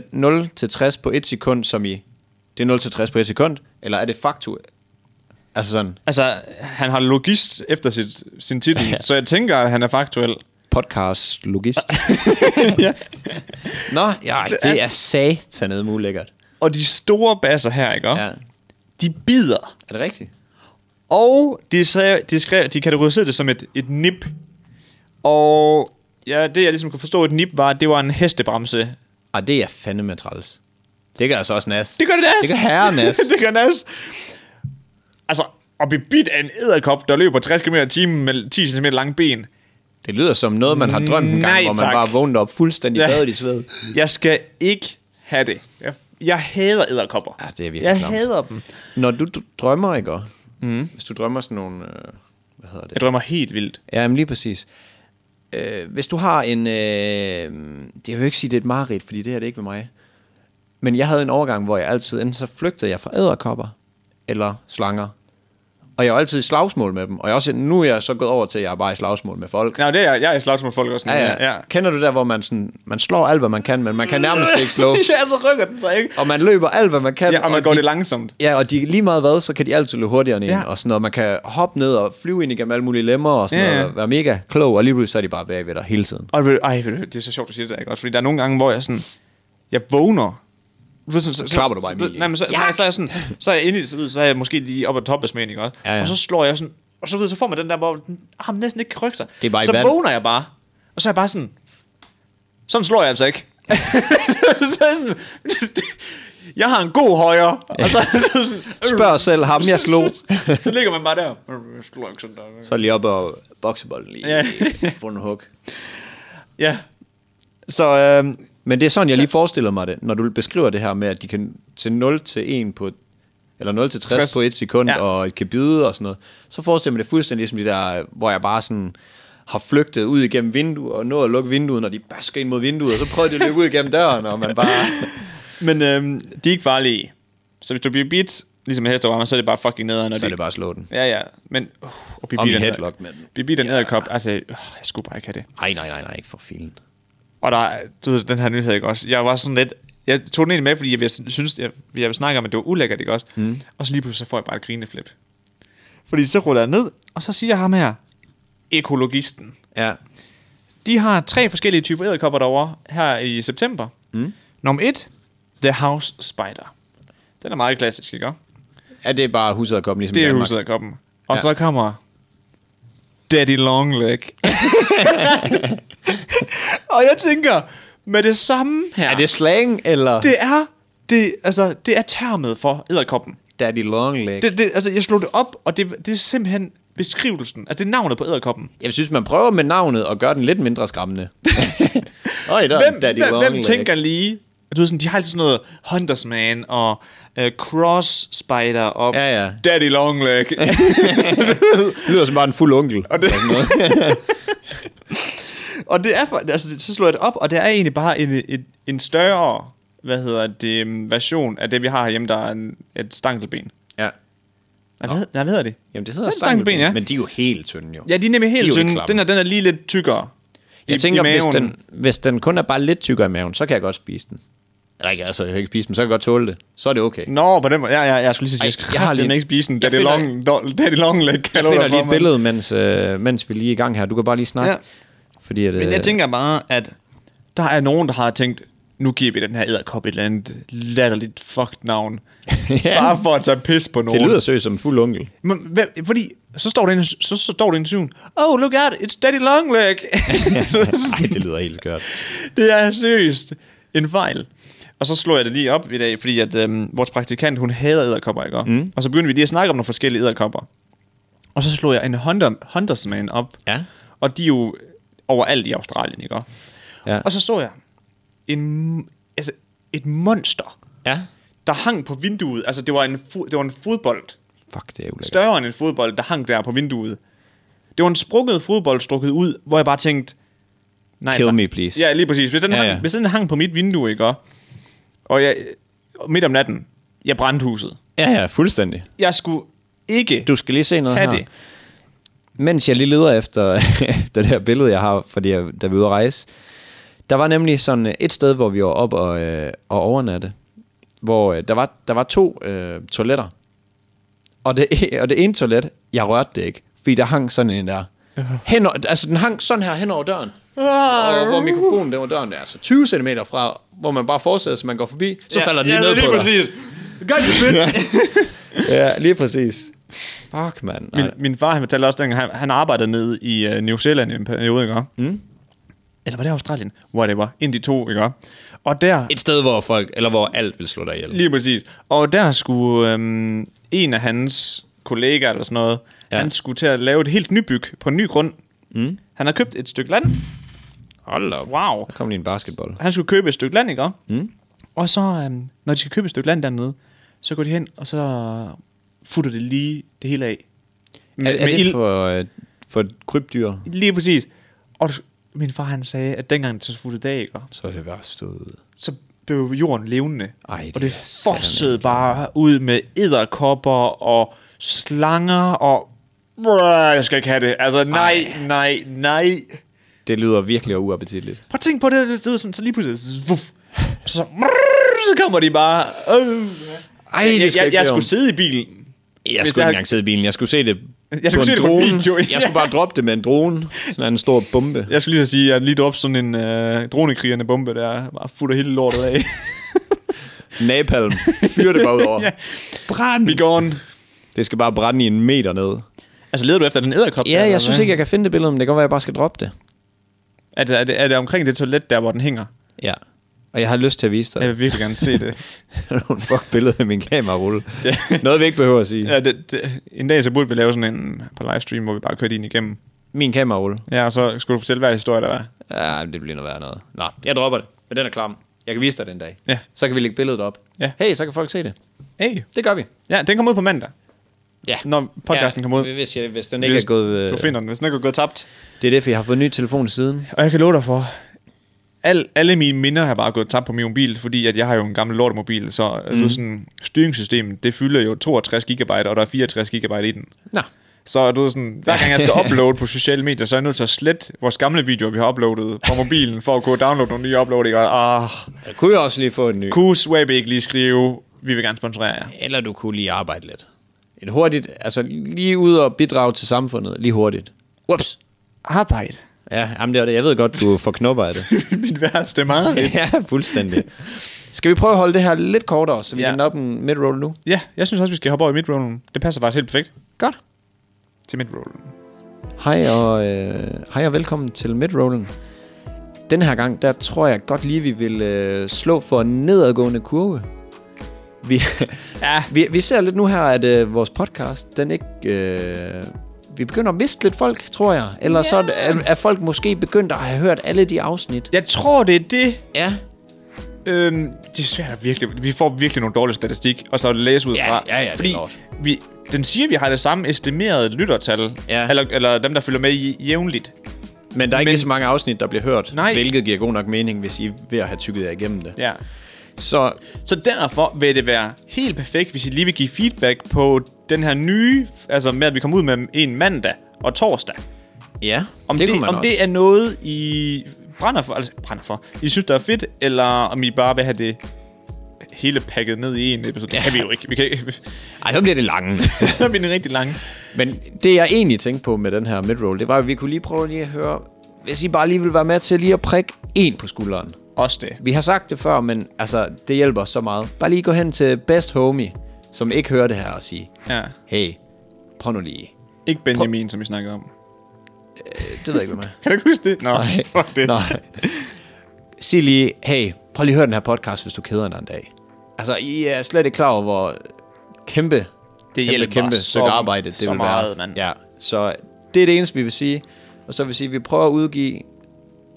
Speaker 2: 0-60 på 1 sekund, som i, det er 0-60 på 1 sekund, eller er det faktu? Altså sådan,
Speaker 1: Altså, han har logist efter sit, sin titel, så jeg tænker, at han er faktuel.
Speaker 2: podcast-logist. Nå, ja, det, det
Speaker 1: altså-
Speaker 2: er satanede mulækkert.
Speaker 1: Og de store basser her, ikke også,
Speaker 2: Ja.
Speaker 1: ja. de bider.
Speaker 2: Er det rigtigt?
Speaker 1: Og de, skrev, de, skrev, de kategoriserede det som et, et nip. Og ja, det jeg ligesom kunne forstå, et nip var, at det var en hestebremse,
Speaker 2: Ah, det er fandeme træls. Det gør altså også nas.
Speaker 1: Det gør det nas.
Speaker 2: Det gør herre nas.
Speaker 1: det gør nas. Altså, at blive bidt af en æderkop, der løber 60 km i timen med 10 cm lange ben.
Speaker 2: Det lyder som noget, man har drømt en gang,
Speaker 1: Nej,
Speaker 2: hvor man
Speaker 1: tak.
Speaker 2: bare vågnede op fuldstændig
Speaker 1: Ja.
Speaker 2: badet i sved.
Speaker 1: Jeg skal ikke have det. Jeg, jeg hader æderkopper.
Speaker 2: Ja, det er virkelig
Speaker 1: Jeg
Speaker 2: klamt.
Speaker 1: hader dem.
Speaker 2: Når du, du drømmer, ikke? også?
Speaker 1: Mm.
Speaker 2: Hvis du drømmer sådan nogle... Øh, hvad hedder
Speaker 1: Jeg
Speaker 2: det?
Speaker 1: drømmer helt vildt.
Speaker 2: Ja, jamen lige præcis. Øh, hvis du har en... Øh, det vil jo ikke sige, det er et mareridt, fordi det her det er ikke med mig. Men jeg havde en overgang, hvor jeg altid... Enten så flygtede jeg fra æderkopper eller slanger. Og jeg var altid i slagsmål med dem. Og jeg er også, nu er jeg så gået over til, at jeg er bare i slagsmål med folk.
Speaker 1: Nej, det er jeg. Jeg er i slagsmål folk også. nu.
Speaker 2: Ja, ja. ja. Kender du der, hvor man, sådan, man slår alt, hvad man kan, men man kan nærmest ikke slå.
Speaker 1: ja, så rykker den sig ikke.
Speaker 2: Og man løber alt, hvad man kan.
Speaker 1: Ja, og man går
Speaker 2: de-
Speaker 1: det langsomt.
Speaker 2: Ja, og de, lige meget hvad, så kan de altid løbe hurtigere end en, ja.
Speaker 1: Ja.
Speaker 2: og sådan noget. Man kan hoppe ned og flyve ind igennem alle mulige lemmer og sådan
Speaker 1: Ja,
Speaker 2: ja, noget,
Speaker 1: ja.
Speaker 2: og være mega klog, og lige pludselig så er de bare bagved dig hele tiden.
Speaker 1: Og ved, du- ej, ved du, det er så sjovt, du siger det der, ikke også? Fordi der er nogle gange, hvor jeg sådan, jeg vågner. Du ved, sådan, så,
Speaker 2: Klapper du bare
Speaker 1: så,
Speaker 2: Emil i?
Speaker 1: så, nej, men så, ja. så, er jeg sådan, så er jeg inde i det, så, ved, så er jeg måske lige oppe at toppes med en, ikke også?
Speaker 2: Ja, ja.
Speaker 1: Og så slår jeg sådan, og så, ved, så får man den der, hvor den arm næsten ikke kan rykke sig.
Speaker 2: Det er bare i
Speaker 1: så
Speaker 2: vand.
Speaker 1: vågner jeg bare, og så er jeg bare sådan, sådan slår jeg altså ikke. så er jeg sådan, jeg har en god højre. Og så,
Speaker 2: Spørg selv ham, jeg slog.
Speaker 1: så ligger man bare der. Jeg slår ikke sådan der.
Speaker 2: Så lige op og boksebolden lige.
Speaker 1: Ja.
Speaker 2: Få en hug.
Speaker 1: Ja. Så øhm,
Speaker 2: Men det er sådan, jeg lige forestiller mig det, når du beskriver det her med, at de kan til 0 til 1 på, eller 0 til 60
Speaker 1: 60.
Speaker 2: på et sekund,
Speaker 1: Ja.
Speaker 2: ja. og kan byde og sådan noget. Så forestiller jeg mig det fuldstændig ligesom de der, hvor jeg bare sådan har flygtet ud igennem vinduet, og nået at lukke vinduet, når de basker ind mod vinduet, og så prøver de at løbe ud igennem døren, og man bare...
Speaker 1: Men øhm, de er ikke farlige. Så hvis du bliver bit, ligesom en headlock, så er det bare fucking nederen. og
Speaker 2: Så er
Speaker 1: de-
Speaker 2: det bare at slå den.
Speaker 1: Ja, ja. Men uh, at blive
Speaker 2: Om i
Speaker 1: bidt af en-
Speaker 2: headlock med den.
Speaker 1: Blive bidt af en edderkop. Altså, øh, jeg skulle bare ikke have det.
Speaker 2: Nej, nej, nej, nej, ikke for filen.
Speaker 1: Og der, er- du ved, den her nyhed, ikke også? Jeg var sådan lidt... Jeg tog den egentlig med, fordi jeg, jeg synes, jeg, jeg snakke om, at det var ulækkert, ikke også? Mm. Og så lige pludselig så får jeg bare et grineflip. Fordi så ruller jeg ned, og så siger ham her, ekologisten.
Speaker 2: Ja.
Speaker 1: De har tre forskellige typer æderkopper derovre her i september. Mm. Nummer et, The House Spider. Den er meget klassisk, ikke også?
Speaker 2: Ja, det er bare huset at komme ligesom
Speaker 1: Det
Speaker 2: i
Speaker 1: er
Speaker 2: Danmark.
Speaker 1: huset af koppen. Og
Speaker 2: Ja.
Speaker 1: så kommer Daddy Longleg. og jeg tænker, med det samme her,
Speaker 2: Er det slang, eller det...
Speaker 1: det er, det, altså, det er termet for æderkoppen.
Speaker 2: daddy long leg? Det...
Speaker 1: Det, det, altså, jeg slog det op, og det, det er simpelthen beskrivelsen. Altså, det er navnet på æderkoppen.
Speaker 2: Jeg synes, man prøver med navnet at gøre den lidt mindre skræmmende. Øj, der er
Speaker 1: Hvem,
Speaker 2: daddy
Speaker 1: hvem,
Speaker 2: long
Speaker 1: hvem
Speaker 2: leg.
Speaker 1: tænker lige... Du ved sådan, de har altid sådan noget Huntersman og uh, Cross Spider og
Speaker 2: Ja, ja.
Speaker 1: Daddy Longleg.
Speaker 2: Det lyder som bare en fuld onkel. Og det...
Speaker 1: og det er for, altså, så slår jeg det op, og det er egentlig bare en, en, en større hvad hedder det, um, version af det, vi har herhjemme, der er en, et stankelben.
Speaker 2: ja.
Speaker 1: Nej, hvad, hed- nej, hvad hedder det?
Speaker 2: Jamen, det hedder
Speaker 1: Det er stankelben,
Speaker 2: stankelben,
Speaker 1: ja.
Speaker 2: Men de er jo helt tynde, jo.
Speaker 1: Ja, de er nemlig
Speaker 2: De er
Speaker 1: helt
Speaker 2: jo ikke
Speaker 1: tynde.
Speaker 2: klamme.
Speaker 1: Den, er, den er lige lidt tykkere.
Speaker 2: Jeg tænker, hvis den, hvis den kun er bare lidt tykkere i maven, så kan jeg godt spise den. Eller ikke, altså, jeg kan ikke spise den, så kan jeg godt tåle det. Så er det okay.
Speaker 1: Nå, på den måde. Ja, ja, jeg skulle lige sige, jeg skal
Speaker 2: jeg har lige-
Speaker 1: kraftedeme ikke spise den.
Speaker 2: Jeg
Speaker 1: Daddy
Speaker 2: finder-
Speaker 1: Long, Daddy Long Leg.
Speaker 2: Jeg finder lige et billede, mens, øh, mens vi er lige er i gang her. Du kan bare lige snakke.
Speaker 1: Ja.
Speaker 2: Ja. Fordi at, øh,
Speaker 1: Men jeg tænker bare, at der er nogen, der har tænkt, nu giver vi den her æderkop et eller andet latterligt fucked navn.
Speaker 2: Ja.
Speaker 1: Bare for at tage pis på nogen.
Speaker 2: det lyder søgt som en fuld onkel.
Speaker 1: Men, hvem- fordi så står der en, så, så står der en syvende, oh look out, it's daddy long leg.
Speaker 2: Ej, det lyder helt skørt.
Speaker 1: det er seriøst en fejl. Og så slår jeg det lige op i dag, fordi at øhm, vores praktikant, hun hader æderkopper, ikke? Mm. Og så begyndte vi lige at snakke om nogle forskellige æderkopper. Og så slog jeg en hunter, huntersman op.
Speaker 2: Ja.
Speaker 1: Og de er jo overalt i Australien, ikke?
Speaker 2: Ja.
Speaker 1: Og så så jeg en, altså, et monster,
Speaker 2: Ja.
Speaker 1: der hang på vinduet. Altså, det var en, fu- det var en fodbold.
Speaker 2: Fuck, det er ulækkert.
Speaker 1: Større end en fodbold, der hang der på vinduet. Det var en sprukket fodbold strukket ud, hvor jeg bare tænkte... Nej,
Speaker 2: Kill
Speaker 1: tak.
Speaker 2: me, please.
Speaker 1: Ja, lige præcis. Hvis den,
Speaker 2: Ja,
Speaker 1: ja, ja.
Speaker 2: ja.
Speaker 1: Hang, hvis den hang på mit vindue, ikke? Og- Og jeg, og midt om natten, jeg brændte huset.
Speaker 2: Ja, ja, fuldstændig.
Speaker 1: Jeg skulle ikke
Speaker 2: Du skal lige se noget
Speaker 1: have
Speaker 2: her.
Speaker 1: det.
Speaker 2: mens jeg lige leder efter, efter det her billede, jeg har, fordi jeg, da vi var ude at rejse, der var nemlig sådan øh, et sted, hvor vi var op og, øh, og overnatte, hvor øh, der, var, der var to øh, toiletter. Og det, e- og det ene toilet, jeg rørte det ikke, fordi der hang sådan en der. Hen, over- altså den hang sådan her hen over døren. Og hvor mikrofonen, den var døren, altså 20 cm fra, hvor man bare fortsætter, så man går forbi, så falder den lige ned på dig.
Speaker 1: præcis. God, bitch.
Speaker 2: Ja, lige præcis. Fuck, mand.
Speaker 1: min, min far, han fortalte også dengang, han, han arbejdede nede i uh, New Zealand i en periode, ikke? Mm. Eller var det Australien? Whatever. Ind de to, ikke? Og der...
Speaker 2: Et sted, hvor folk, eller hvor alt vil slå dig ihjel.
Speaker 1: Lige præcis. Og der skulle øhm, en af hans kollegaer eller sådan noget, ja.
Speaker 2: Ja.
Speaker 1: han skulle til at lave et helt nybyg på en ny grund. Mm. Han har købt et stykke land.
Speaker 2: Hold da op.
Speaker 1: Wow.
Speaker 2: Der kom lige en basketball.
Speaker 1: Han skulle købe et stykke land, ikke? Mm. Og så, øhm, når de skal købe et stykke land dernede, så går de hen, og så futter det lige det hele af.
Speaker 2: Er, er det for, øh, for krybdyr?
Speaker 1: Lige præcis. Og du- min far, han sagde, at dengang det så futtede det af, ikke?
Speaker 2: Så er det værst stået.
Speaker 1: så blev jorden levende.
Speaker 2: Ej, det
Speaker 1: og
Speaker 2: er
Speaker 1: det
Speaker 2: satan
Speaker 1: fossede bare ud med æderkopper og slanger og... Brrr, jeg skal ikke have det. Altså, nej, Ej. nej, nej.
Speaker 2: Det lyder virkelig uappetitligt.
Speaker 1: Prøv at tænke på det, det, det er sådan, så lige pludselig... Vuff, så, brrr, så kommer de bare... Øh.
Speaker 2: Ej,
Speaker 1: jeg, jeg, jeg, jeg
Speaker 2: skulle,
Speaker 1: skulle sidde i bilen.
Speaker 2: jeg
Speaker 1: hvis
Speaker 2: skulle
Speaker 1: der-
Speaker 2: ikke engang sidde i bilen. Jeg skulle se det
Speaker 1: Jeg skulle se det på video, ja.
Speaker 2: Jeg skulle bare droppe det med en drone. Sådan en stor bombe.
Speaker 1: Jeg skulle lige så sige, at jeg lige droppede sådan en øh, dronekrigerne bombe, der bare futter hele lortet af.
Speaker 2: Napalm. Fyr det bare ud over.
Speaker 1: Be
Speaker 2: Brænd.
Speaker 1: gone.
Speaker 2: Det skal bare brænde i en meter ned.
Speaker 1: Altså, leder du efter den æderkop? der,
Speaker 2: Ja,
Speaker 1: eller
Speaker 2: jeg synes
Speaker 1: hvad?
Speaker 2: ikke, jeg kan finde det billede, men det kan godt være, jeg bare skal droppe det.
Speaker 1: Er det, er, det, er det omkring det toilet der, hvor den hænger?
Speaker 2: Ja. Og jeg har lyst til at vise dig.
Speaker 1: Jeg vil virkelig gerne se det.
Speaker 2: Der er nogle fuck billeder af min kamerarulle.
Speaker 1: Ja.
Speaker 2: Noget, vi ikke behøver at sige.
Speaker 1: ja, det, det, en dag så burde vi lave sådan en på livestream, hvor vi bare kørte ind igennem.
Speaker 2: Min kamerarulle.
Speaker 1: Ja, og så skulle du fortælle hver historie, der var.
Speaker 2: Ja, det bliver noget værre noget. Nå, jeg dropper det. Men den er klam. Jeg kan vise dig den dag.
Speaker 1: Ja.
Speaker 2: Så kan vi lægge billedet op.
Speaker 1: Ja.
Speaker 2: Hey, så kan folk se det.
Speaker 1: Hey.
Speaker 2: Det gør vi.
Speaker 1: Ja, den kommer ud på mandag,
Speaker 2: Ja.
Speaker 1: når podcasten kommer ud.
Speaker 2: Hvis, jeg, hvis den ikke
Speaker 1: Hvis
Speaker 2: er gået... Øh,
Speaker 1: Du finder den, hvis den ikke er gået tabt.
Speaker 2: det er derfor, jeg har fået en ny telefon siden.
Speaker 1: Og jeg kan love dig for, al, alle mine minder har bare gået tabt på min mobil, fordi at jeg har jo en gammel lortemobil, så mm. altså sådan, styringssystemet, det fylder jo 62 gigabyte, og der er 64 gigabyte i den.
Speaker 2: Nå.
Speaker 1: Så du ved sådan, hver gang jeg skal uploade på sociale medier, så er jeg nødt til at slette vores gamle videoer, vi har uploadet på mobilen, for at kunne downloade nogle nye upload, ikke? Og, ah,
Speaker 2: Jeg kunne jo også lige få en ny.
Speaker 1: kunne Swab ikke lige skrive, vi vil gerne sponsorere jer?
Speaker 2: Eller du kunne lige arbejde lidt. Et hurtigt, altså lige ud og bidrage til samfundet, lige hurtigt. Ups.
Speaker 1: Arbejde.
Speaker 2: Ja, jamen det er det. Jeg ved godt, du får knopper af det.
Speaker 1: Mit værste er meget.
Speaker 2: ja, fuldstændig. Skal vi prøve at holde det her lidt kortere, så vi
Speaker 1: Ja.
Speaker 2: ja. kan op en midroll nu?
Speaker 1: Ja, jeg synes også, vi skal hoppe over i midrollen. Det passer faktisk helt perfekt
Speaker 2: Godt.
Speaker 1: til midrollen.
Speaker 2: Hej og, øh, hej og velkommen til midrollen. Den her gang, der tror jeg godt lige, vi vil øh, slå for en nedadgående kurve. Vi,
Speaker 1: Ja.
Speaker 2: vi, vi ser lidt nu her, at øh, vores podcast, den ikke... Øh, vi begynder at miste lidt folk, tror jeg. Eller yeah. så er, det- er, er folk måske begyndt at have hørt alle de afsnit.
Speaker 1: Jeg tror, det er det,
Speaker 2: Ja,
Speaker 1: Øhm, det er svært at virkelig... Vi får virkelig nogle dårlige statistik, og så læse ud
Speaker 2: Ja,
Speaker 1: fra.
Speaker 2: ja, ja, det er
Speaker 1: fordi
Speaker 2: lort.
Speaker 1: vi, den siger, at vi har det samme estimerede lyttertal,
Speaker 2: Ja.
Speaker 1: eller, eller dem, der følger med i- jævnligt.
Speaker 2: men der er ikke
Speaker 1: Men-
Speaker 2: lige så mange afsnit, der bliver hørt.
Speaker 1: Nej.
Speaker 2: Hvilket giver god nok mening, hvis I er ved at have tykket jer igennem det.
Speaker 1: Ja.
Speaker 2: Så
Speaker 1: Så derfor vil det være helt perfekt, hvis I lige vil give feedback på den her nye... Altså med, at vi kommer ud med en mandag og torsdag.
Speaker 2: ja,
Speaker 1: Om det, om det er noget, I brænder for, altså brænder for, I synes, der er fedt, eller om I bare vil have det hele pakket ned i en episode. Det kan vi jo ikke. Vi kan ikke.
Speaker 2: Ej, så bliver det langt.
Speaker 1: så bliver det rigtig langt.
Speaker 2: Men det, jeg egentlig tænkte på med den her midroll, det var, at vi kunne lige prøve lige at høre, hvis I bare lige vil være med til lige at prikke en på skulderen.
Speaker 1: Også det.
Speaker 2: Vi har sagt det før, men altså, det hjælper så meget. Bare lige gå hen til best homie, som ikke hører det her, og sige,
Speaker 1: Ja.
Speaker 2: hey, prøv nu lige.
Speaker 1: Ikke Benjamin, som vi snakkede om.
Speaker 2: Det ved jeg ikke, hvad man er.
Speaker 1: Kan du ikke huske det? Nå, Nej. fuck det.
Speaker 2: Nej. Sig lige, hey, prøv lige at høre den her podcast, hvis du keder dig en dag. Altså, I er slet ikke klar over, hvor kæmpe
Speaker 1: Det
Speaker 2: kæmpe,
Speaker 1: hjælper
Speaker 2: kæmpe
Speaker 1: så-
Speaker 2: stykke arbejde, det
Speaker 1: så
Speaker 2: vil være.
Speaker 1: meget, mand.
Speaker 2: Ja, så det er det eneste, vi vil sige. Og så vil vi sige, at vi prøver at udgive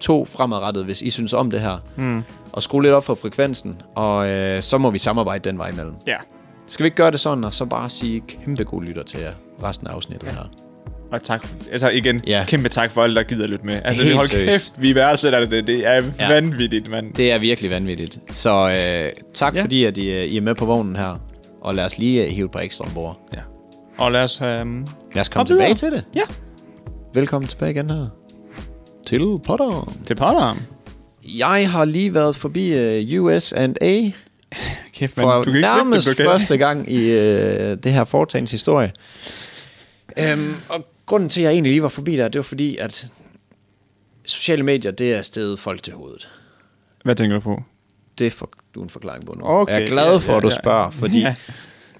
Speaker 2: to fremadrettet, hvis I synes om det her. Mm. Og skrue lidt op for frekvensen, og øh, så må vi samarbejde den vej imellem.
Speaker 1: Ja.
Speaker 2: Skal vi ikke gøre det sådan, og så bare sige kæmpe god lytter til jer resten af afsnittet her?
Speaker 1: Og tak. Altså igen,
Speaker 2: Ja.
Speaker 1: ja. kæmpe tak for alle, der gider at lytte med. Altså,
Speaker 2: Helt
Speaker 1: Helt hold
Speaker 2: seriøst.
Speaker 1: kæft, vi værdsætter det. Det er ja. vanvittigt, mand.
Speaker 2: Det er virkelig vanvittigt. Så øh, tak
Speaker 1: Ja.
Speaker 2: fordi, at I, øh, I er med på vognen her. Og lad os lige øh, hive et par ekstra ombord.
Speaker 1: Ja. Og lad os... Øhm,
Speaker 2: Lad os komme
Speaker 1: hoppe videre.
Speaker 2: tilbage til det.
Speaker 1: Ja.
Speaker 2: Velkommen tilbage igen her. Til Potter.
Speaker 1: Til Potter.
Speaker 2: Jeg har lige været forbi øh, US A
Speaker 1: Kæft, mand.
Speaker 2: for
Speaker 1: du kan ikke
Speaker 2: nærmest
Speaker 1: slippe det, du kan.
Speaker 2: første gang i øh, det her foretagens historie. Øhm, og grunden til, at jeg egentlig lige var forbi der, det var fordi, at sociale medier, det er stedet folk til hovedet.
Speaker 1: Hvad tænker du på?
Speaker 2: Det får du en forklaring på nu.
Speaker 1: Okay,
Speaker 2: jeg er glad
Speaker 1: ja,
Speaker 2: for,
Speaker 1: ja,
Speaker 2: at du
Speaker 1: ja.
Speaker 2: spørger, fordi
Speaker 1: Ja.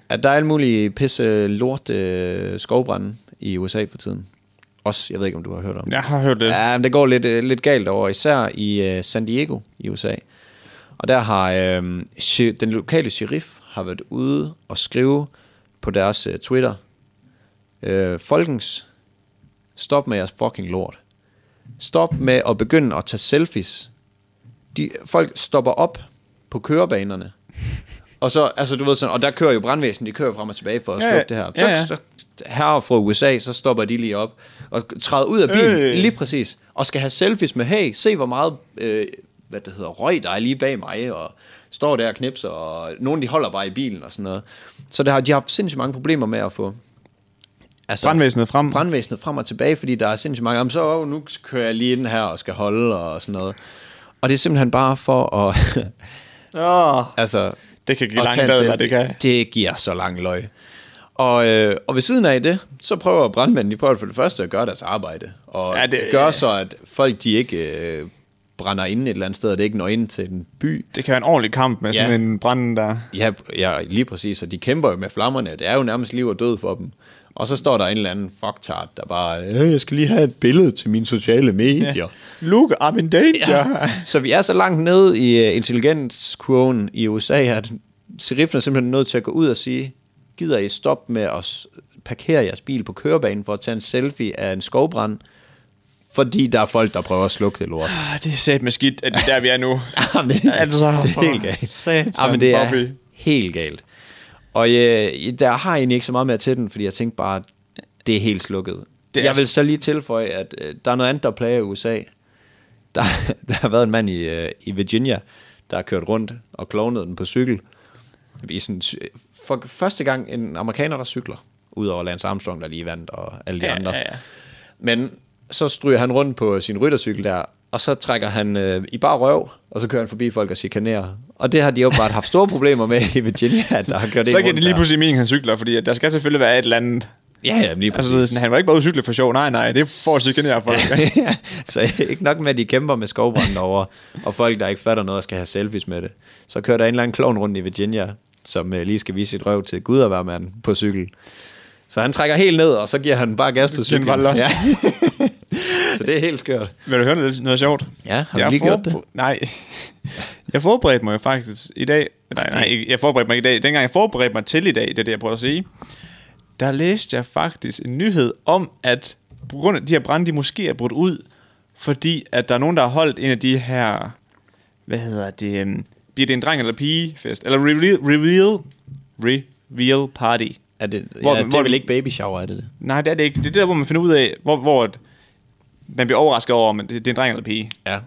Speaker 2: at der er alle mulige pisse lort øh, skovbrænde i USA for tiden. Også, jeg ved ikke, om du har hørt om det.
Speaker 1: Jeg har hørt det. Ja.
Speaker 2: Ja, men det går lidt, øh, lidt galt over, især i øh, San Diego i USA. Og der har øh, she- den lokale sheriff har været ude og skrive på deres øh, Twitter, øh, folkens, stop med jeres fucking lort. Stop med at begynde at tage selfies. De, folk stopper op på kørebanerne. Og så, altså du ved sådan, og der kører jo brandvæsen, de kører frem og tilbage for at
Speaker 1: Ja,
Speaker 2: slukke det her. Så,
Speaker 1: ja, ja.
Speaker 2: så herre fra USA, så stopper de lige op og træder ud af bilen,
Speaker 1: Øh.
Speaker 2: lige præcis, og skal have selfies med, hey, se hvor meget, øh, hvad det hedder, røg der er lige bag mig, og står der og knipser, og nogen de holder bare i bilen og sådan noget. Så det har, de har haft sindssygt mange problemer med at få altså,
Speaker 1: Brandvæsenet frem.
Speaker 2: brandvæsenet frem og tilbage, fordi der er sindssygt mange, "Jamen, så åh, nu kører jeg lige ind her og skal holde og sådan noget. Og det er simpelthen bare for at,
Speaker 1: Oh,
Speaker 2: altså,
Speaker 1: det kan give
Speaker 2: og tage
Speaker 1: langt
Speaker 2: en
Speaker 1: død,
Speaker 2: selfie.
Speaker 1: det kan.
Speaker 2: Det giver så lang løg. Og, øh, og ved siden af det, så prøver brandmændene, de prøver for det første at gøre deres arbejde, og ja,
Speaker 1: Ja,
Speaker 2: det,
Speaker 1: det-
Speaker 2: gør så, at folk de ikke øh, brænder ind et eller andet sted, og det ikke når ind til en by.
Speaker 1: Det kan være en ordentlig kamp med sådan
Speaker 2: Ja.
Speaker 1: en brand, der...
Speaker 2: Ja, ja, lige præcis, og de kæmper jo med flammerne, det er jo nærmest liv og død for dem. Og så står der en eller anden fucktard, der bare, øh, jeg skal lige have et billede til mine sociale medier. Ja.
Speaker 1: Look, I'm in danger.
Speaker 2: Ja. Så vi er så langt ned i øh, intelligenskurven i USA, at serifen er simpelthen nødt til at gå ud og sige, gider I stoppe med at s- parkere jeres bil på kørebanen for at tage en selfie af en skovbrand, fordi der er folk, der prøver at slukke det lort.
Speaker 1: Ah, det er sat med skidt, at det er der, vi er nu.
Speaker 2: Jamen, det,
Speaker 1: Altså,
Speaker 2: altså, det er
Speaker 1: for
Speaker 2: helt galt.
Speaker 1: satan,
Speaker 2: Jamen, det er
Speaker 1: Bobby.
Speaker 2: helt galt. Og øh, der har jeg egentlig ikke så meget mere til den, fordi jeg tænkte bare, at det er helt slukket.
Speaker 1: Det
Speaker 2: Det
Speaker 1: er
Speaker 2: er jeg vil
Speaker 1: s-
Speaker 2: så lige tilføje, at øh, der er noget andet, der plager i USA. Der, der har været en mand i, øh, i Virginia, der har kørt rundt og klovnet den på cykel. I sådan, sy- for første gang en amerikaner, der cykler, udover Lance Armstrong, der lige vandt, og alle de
Speaker 1: Ja,
Speaker 2: andre.
Speaker 1: ja, ja.
Speaker 2: Men så stryger han rundt på sin ryttercykel der, og så trækker han øh, i bare røv, og så kører han forbi folk og chikanerer. Og det har de åbenbart haft store problemer med i Virginia, at der har kørt en
Speaker 1: Så giver
Speaker 2: rundt
Speaker 1: det lige
Speaker 2: der.
Speaker 1: pludselig mening, han cykler, fordi at der skal selvfølgelig være et eller andet.
Speaker 2: Ja, ja, men lige præcis.
Speaker 1: Altså, sådan, han var ikke bare ude at cykle for sjov. Nej, nej, det får sig ikke nær for.
Speaker 2: Ja, så ikke nok med, at de kæmper med skovbranden over, og folk, der ikke fatter noget og skal have selfies med det. Så kører der en eller anden klovn rundt i Virginia, som øh, lige skal vise sit røv til Gud at være mand på cykel. Så han trækker helt ned, og så giver han bare gas på
Speaker 1: giver han
Speaker 2: cyklen.
Speaker 1: bare los.
Speaker 2: så det er helt skørt.
Speaker 1: Vil du høre noget, noget sjovt?
Speaker 2: Ja, har du lige gjort det?
Speaker 1: Nej. Jeg forberedte mig jo faktisk i dag. Nej, nej, ikke- jeg forberedte mig ikke i dag. Dengang jeg forberedte mig til i dag, det er det, jeg prøver at sige. Der læste jeg faktisk en nyhed om, at på grund af de her brænde, de måske er brudt ud, fordi at der er nogen, der har holdt en af de her, hvad hedder det, øhm, bliver det en dreng eller pige fest, eller reveal, reveal, reveal party.
Speaker 2: Er det,
Speaker 1: Hvor-
Speaker 2: hvor, ja, det
Speaker 1: hvor-
Speaker 2: hvor, er vel ikke baby shower, er det det?
Speaker 1: Nej, det er det ikke. Det er det der, hvor man finder ud af, hvor, hvor et- man bliver overrasket over, om det, det er en dreng eller pige.
Speaker 2: Ja.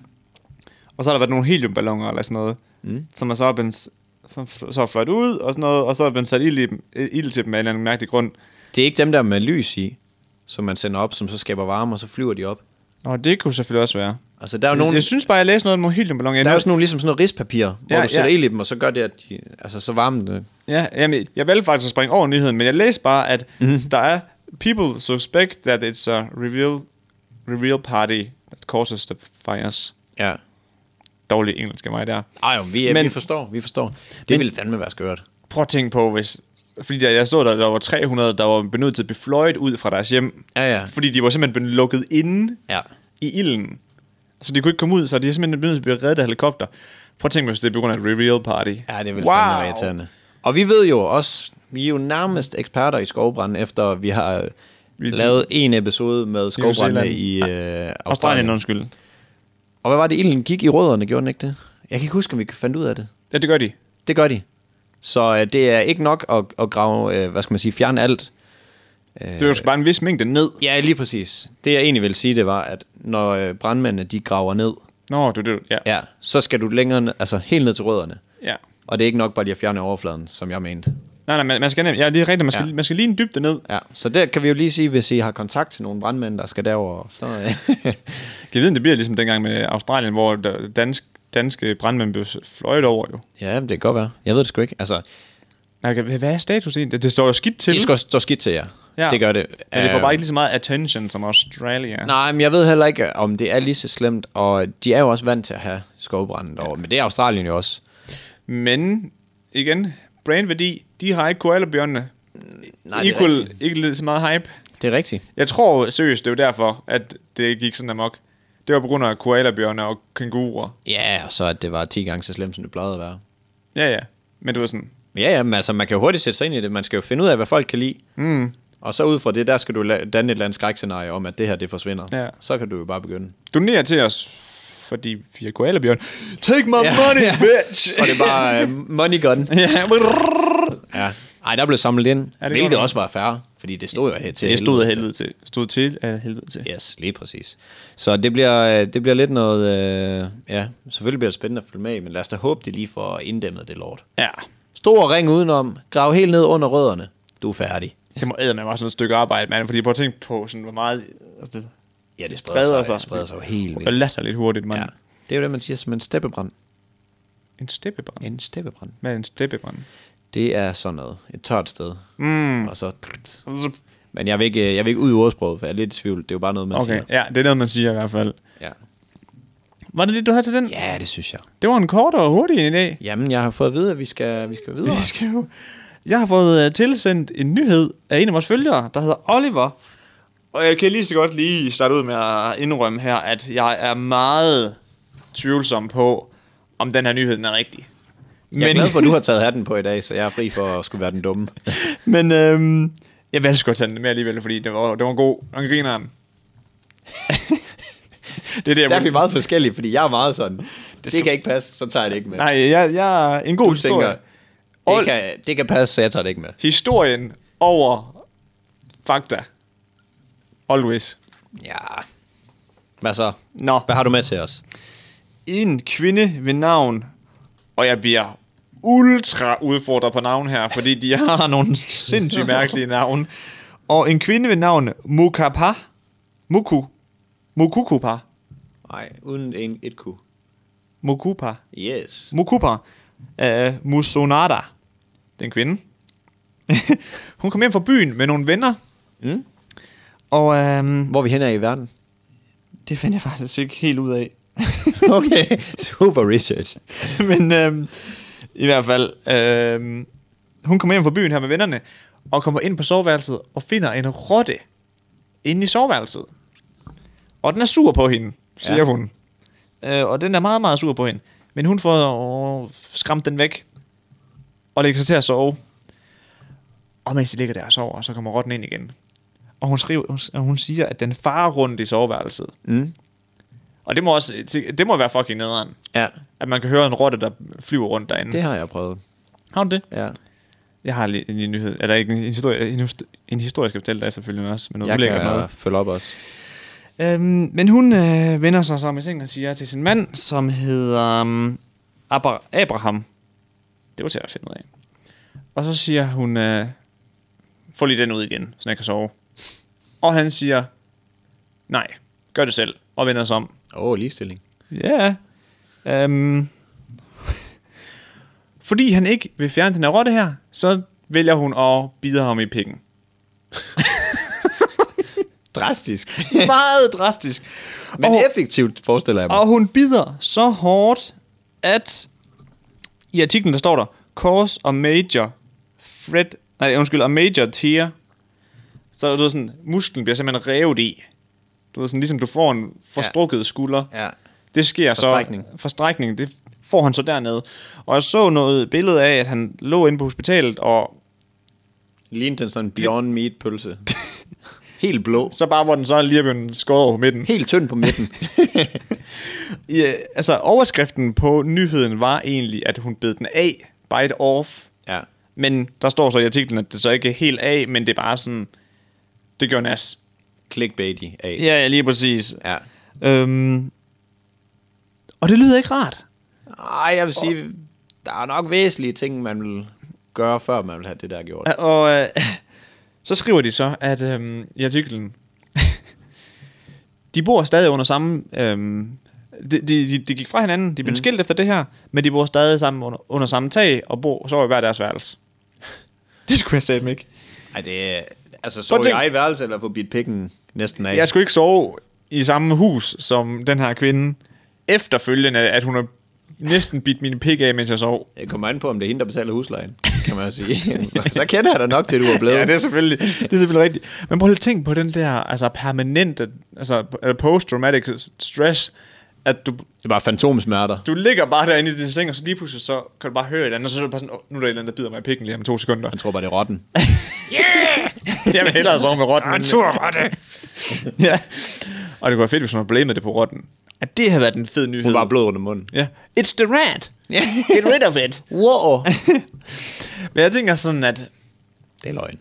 Speaker 1: Og så har der været nogle heliumballoner eller sådan noget, mm. som er så er blevet, som fl- så er fløjt ud og sådan noget, og så er der blevet sat ild, i dem, øh, ild til dem af en eller anden mærkelig grund.
Speaker 2: Det er ikke dem der med lys i, som man sender op, som så skaber varme, og så flyver de op.
Speaker 1: Nå, det kunne selvfølgelig også være.
Speaker 2: Altså, der er jo
Speaker 1: Nogen,
Speaker 2: nogle,
Speaker 1: jeg synes bare, jeg læste noget om heliumballoner.
Speaker 2: der er jo sådan nogle, ligesom sådan noget rispapir, hvor
Speaker 1: Ja,
Speaker 2: du sætter
Speaker 1: ja.
Speaker 2: ild i dem, og så gør det, at de, altså, så varmen det.
Speaker 1: Ja, jamen, jeg valgte faktisk at springe over nyheden, men jeg læste bare, at
Speaker 2: Mhm.
Speaker 1: mm. der er people suspect that it's a reveal, reveal party that causes the fires.
Speaker 2: Ja.
Speaker 1: Dårlig engelsk af mig der.
Speaker 2: Ej, jo, vi, men,
Speaker 1: Men-
Speaker 2: vi forstår, vi forstår. Det men, ville fandme være skørt.
Speaker 1: Prøv at tænke på, hvis... Fordi der, jeg så, der, der var 300, der var benødt til at blive fløjet ud fra deres hjem.
Speaker 2: Ja, ja.
Speaker 1: Fordi de var simpelthen blevet lukket inde
Speaker 2: Ja.
Speaker 1: i ilden. Så de kunne ikke komme ud, så de er simpelthen blevet nødt til at blive reddet af helikopter. Prøv at tænke, hvis det er på grund af et reveal party.
Speaker 2: Ja, det ville wow. fandme være irriterende. Og vi ved jo også, vi er jo nærmest eksperter i skovbrand, efter vi har øh, lavet en episode med skovbrænde
Speaker 1: Zealand.
Speaker 2: i øh, Australien.
Speaker 1: Australien,
Speaker 2: Australien.
Speaker 1: undskyld.
Speaker 2: Og hvad var det, ilden gik i rødderne, gjorde den ikke det? Jeg kan ikke huske, om vi fandt ud af det.
Speaker 1: Ja, det gør de.
Speaker 2: Det gør de. Så øh, det er ikke nok at, at grave, øh, hvad skal man sige, fjerne alt.
Speaker 1: Det
Speaker 2: Øh.
Speaker 1: er jo sgu bare en vis mængde ned.
Speaker 2: Ja, lige præcis. Det jeg egentlig vil sige, det var, at når øh, brandmændene de graver ned,
Speaker 1: Nå, du, du, ja.
Speaker 2: ja, så skal du længere, ned- altså helt ned til rødderne.
Speaker 1: ja.
Speaker 2: Og det er ikke nok bare lige at fjerne overfladen, som jeg mente.
Speaker 1: Nej, nej, man, man skal nemt, ja, det er rigtigt, man skal, ja.
Speaker 2: Ja.
Speaker 1: man skal lige en dybde ned.
Speaker 2: Ja, så der kan vi jo lige sige, hvis I har kontakt til nogle brandmænd, der skal derover, så... Øh,
Speaker 1: Kan jeg vide, om det bliver ligesom dengang med Australien, hvor der- dansk, danske brandmænd blev fløjet over jo.
Speaker 2: ja, men det kan godt være. Jeg ved det sgu ikke. Altså,
Speaker 1: Nej, hvad hvad er status egentlig? Det, det står jo skidt til.
Speaker 2: det skal stå skidt til jer.
Speaker 1: Ja.
Speaker 2: Det gør det.
Speaker 1: Men det får
Speaker 2: Øh,
Speaker 1: bare ikke lige så meget attention som Australia.
Speaker 2: Nej, men jeg ved heller ikke, om det er lige så slemt, og de er jo også vant til at have skovbranden derovre, men det er Australien jo også.
Speaker 1: Men igen, brandværdi, de har ikke koalabjørnene.
Speaker 2: Mm, Nej, det er
Speaker 1: Equal,
Speaker 2: rigtigt.
Speaker 1: ikke lige så meget hype.
Speaker 2: Det er rigtigt.
Speaker 1: Jeg tror seriøst, det var derfor, at det gik sådan amok. Det var på grund af koalabjørne og kænguruer.
Speaker 2: Ja, og så at det var 10 gange så slemt, som det plejede at være.
Speaker 1: Ja, ja. Men det var sådan,
Speaker 2: Men Ja, ja, men altså, man kan jo hurtigt sætte sig ind i det. Man skal jo finde ud af, hvad folk kan lide. Mm. Og så ud fra det, der skal du la- danne et eller andet skrækscenarie om, at det her, det forsvinder.
Speaker 1: Ja.
Speaker 2: Så kan du jo bare begynde.
Speaker 1: doner til os, fordi vi er koalabjørn. Take my
Speaker 2: Ja.
Speaker 1: money, bitch!
Speaker 2: Så er det bare uh, money gun.
Speaker 1: ja, brrrr.
Speaker 2: ja. Ej, der blev samlet ind, ja,
Speaker 1: det
Speaker 2: hvilket
Speaker 1: gjorde
Speaker 2: også var færre, fordi det stod jo her til
Speaker 1: det stod af helvede til. Stod til af helvede til.
Speaker 2: Yes, lige præcis. Så det bliver, øh, det bliver lidt noget... Øh, ja, selvfølgelig bliver det spændende at følge med i, men lad os da håbe, det lige får inddæmmet det lort.
Speaker 1: Ja.
Speaker 2: Stor ring udenom, grav helt ned under rødderne. Du er færdig.
Speaker 1: Det må æde med mig sådan et stykke arbejde, mand. Fordi prøv at tænke på, sådan, hvor meget... Altså, det
Speaker 2: Ja, det spreder,
Speaker 1: spreder
Speaker 2: sig.
Speaker 1: sig.
Speaker 2: Det spreder sig jo helt
Speaker 1: Og
Speaker 2: vildt.
Speaker 1: latterligt hurtigt, mand.
Speaker 2: Ja.
Speaker 1: Ja.
Speaker 2: Det er jo det, man siger som en steppebrand.
Speaker 1: En steppebrand.
Speaker 2: En steppebrand.
Speaker 1: Hvad er en steppebrand?
Speaker 2: Det er sådan noget. Et tørt sted. Mm. Og så...
Speaker 1: Okay,
Speaker 2: Men jeg vil ikke, øh, jeg vil ikke ud i ordsproget, for jeg er lidt i tvivl. Det er jo bare noget, man siger.
Speaker 1: ja, det er noget, man siger i hvert fald.
Speaker 2: Ja.
Speaker 1: Var det det, du havde til den?
Speaker 2: ja, det synes jeg.
Speaker 1: Det var en kort og hurtig en i dag.
Speaker 2: Jamen, jeg har fået at vide, at vi skal, vi skal videre.
Speaker 1: Vi skal jo... Jeg har fået øh, tilsendt en nyhed af en af vores følgere, der hedder Oliver. Og jeg kan lige så godt lige starte ud med at indrømme her, at jeg er meget tvivlsom på, om den her nyhed den er rigtig.
Speaker 2: Jeg er glad for, at du har taget hatten på i dag, så jeg er fri for at skulle være den dumme.
Speaker 1: Men øhm, jeg vil altså godt tage den med alligevel, fordi det var, det var god. Han griner ham. det er det, jeg
Speaker 2: Der er
Speaker 1: vil-
Speaker 2: vi meget forskellige, fordi jeg er meget sådan, det, det kan ikke passe, så tager jeg det ikke med.
Speaker 1: Nej, jeg, jeg er en god
Speaker 2: du
Speaker 1: historie.
Speaker 2: tænker, det kan, det kan passe, så jeg tager det ikke med.
Speaker 1: Historien over fakta. Always.
Speaker 2: Ja. Hvad så?
Speaker 1: Nå.
Speaker 2: Hvad har du med til os?
Speaker 1: En kvinde ved navn, og jeg bliver ultra udfordret på navn her, fordi de har nogle sindssygt mærkelige navne. Og en kvinde ved navn Mukapa, Muku, Mukukupa,
Speaker 2: Nej, uden en, et ku.
Speaker 1: Mukupa.
Speaker 2: Yes.
Speaker 1: Mukupa af Musonada, den kvinde. hun kom hjem fra byen med nogle venner,
Speaker 2: Mm.
Speaker 1: og øhm,
Speaker 2: Hvor er vi hen er i verden?
Speaker 1: det fandt jeg faktisk ikke helt ud af.
Speaker 2: Okay, super research.
Speaker 1: Men øhm, i hvert fald, øhm, hun kommer hjem fra byen her med vennerne, og kommer ind på soveværelset og finder en rotte inde i soveværelset. Og den er sur på hende, siger
Speaker 2: Ja.
Speaker 1: ja. hun. Øh, og den er meget, meget sur på hende. Men hun får øh, skræmt den væk, og lægger sig til at sove. Og mens de ligger der og sover, så kommer rotten ind igen. Og hun, skriver, hun, og hun siger, at den farer rundt i soveværelset.
Speaker 2: Mm.
Speaker 1: Og det må, også, det må være fucking nederen.
Speaker 2: Ja,
Speaker 1: At man kan høre en rotte, der flyver rundt derinde.
Speaker 2: det har jeg prøvet.
Speaker 1: Har du det?
Speaker 2: Ja.
Speaker 1: Jeg har lige en lille nyhed. Er der ikke en historie, en, hus- en historie jeg skal fortælle dig efterfølgende også? Men noget
Speaker 2: Jeg
Speaker 1: ulækkert
Speaker 2: kan
Speaker 1: noget.
Speaker 2: følge op også.
Speaker 1: Øhm, men hun øh, vender sig så om i sengen og siger til sin mand, som hedder um, Abra- Abraham. Det var til at finde ud af. Og så siger hun, øh, få lige den ud igen, så jeg kan sove. Og han siger, nej, gør det selv, og vender sig om.
Speaker 2: Åh, oh, ligestilling.
Speaker 1: Ja. Øhm. Fordi han ikke vil fjerne den her rotte her, så vælger hun at bide ham i pikken.
Speaker 2: Drastisk.
Speaker 1: Meget drastisk.
Speaker 2: Men
Speaker 1: og,
Speaker 2: effektivt, forestiller jeg mig.
Speaker 1: og hun bider så hårdt, at i artiklen der står der, cause a major Fred, nej, undskyld, a major tear. Så du ved sådan, musklen bliver simpelthen revet i. Du ved sådan, ligesom du får en forstrukket skulder.
Speaker 2: Ja.
Speaker 1: Det sker
Speaker 2: Forstrækning.
Speaker 1: så... Forstrækning. Det får han så dernede. Og jeg så noget billede af, at han lå inde på hospitalet, og
Speaker 2: Lignede den sådan Beyond Meat pølse. Helt blå.
Speaker 1: så bare, hvor den så lige er blevet skåret over midten.
Speaker 2: Helt tynd på midten.
Speaker 1: Ja, altså, overskriften på nyheden var egentlig, at hun bed den af. Bite off.
Speaker 2: ja.
Speaker 1: Men der står så i artiklen, at det så ikke er helt af, men det er bare sådan... Det gør nas.
Speaker 2: Clickbaity af.
Speaker 1: Ja, ja, lige præcis.
Speaker 2: ja.
Speaker 1: Øhm, og det lyder ikke rart.
Speaker 2: Ej, jeg vil sige, der er nok væsentlige ting, man vil gøre, før man vil have det der gjort.
Speaker 1: Og øh, så skriver de så, at øh, i artiklen, de bor stadig under samme... Øh, de, de, de, de gik fra hinanden, de blev mm. skilt efter det her, men de bor stadig sammen under, under samme tag, og bor så i hver deres værelse. Det skulle jeg sætte ikke.
Speaker 2: Ej, det er... Altså,
Speaker 1: Prøv
Speaker 2: så
Speaker 1: at
Speaker 2: i
Speaker 1: tænk-
Speaker 2: eget værelse, eller få bidt pikken næsten af.
Speaker 1: Jeg skulle ikke sove i samme hus som den her kvinde, efterfølgende, at hun har næsten bidt mine pik af, mens jeg sov.
Speaker 2: Jeg kommer an på, om det er hende, der betaler huslejen, kan man jo sige. så kender jeg dig nok til, du er blevet.
Speaker 1: Ja, det er selvfølgelig, det er selvfølgelig rigtigt. Men prøv lige at tænke på den der altså permanente, altså øh, post-traumatic stress, at du,
Speaker 2: det er bare fantomsmerter.
Speaker 1: du ligger bare derinde i din seng, og så lige pludselig så kan du bare høre et eller andet, og så er det bare sådan, "Åh, nu er der et eller andet, der bider mig i pikken lige om to sekunder.
Speaker 2: Jeg tror bare, det er rotten.
Speaker 1: Jeg vil hellere sove med rotten. En sur rotte. ja. Og det kunne være fedt, hvis hun havde blamet det på rotten. At det havde været en fed nyhed.
Speaker 2: Hun var blød under munden.
Speaker 1: Ja. It's the rat.
Speaker 3: Get rid of it.
Speaker 2: Wow.
Speaker 1: Men jeg tænker sådan, at
Speaker 2: det er løgn.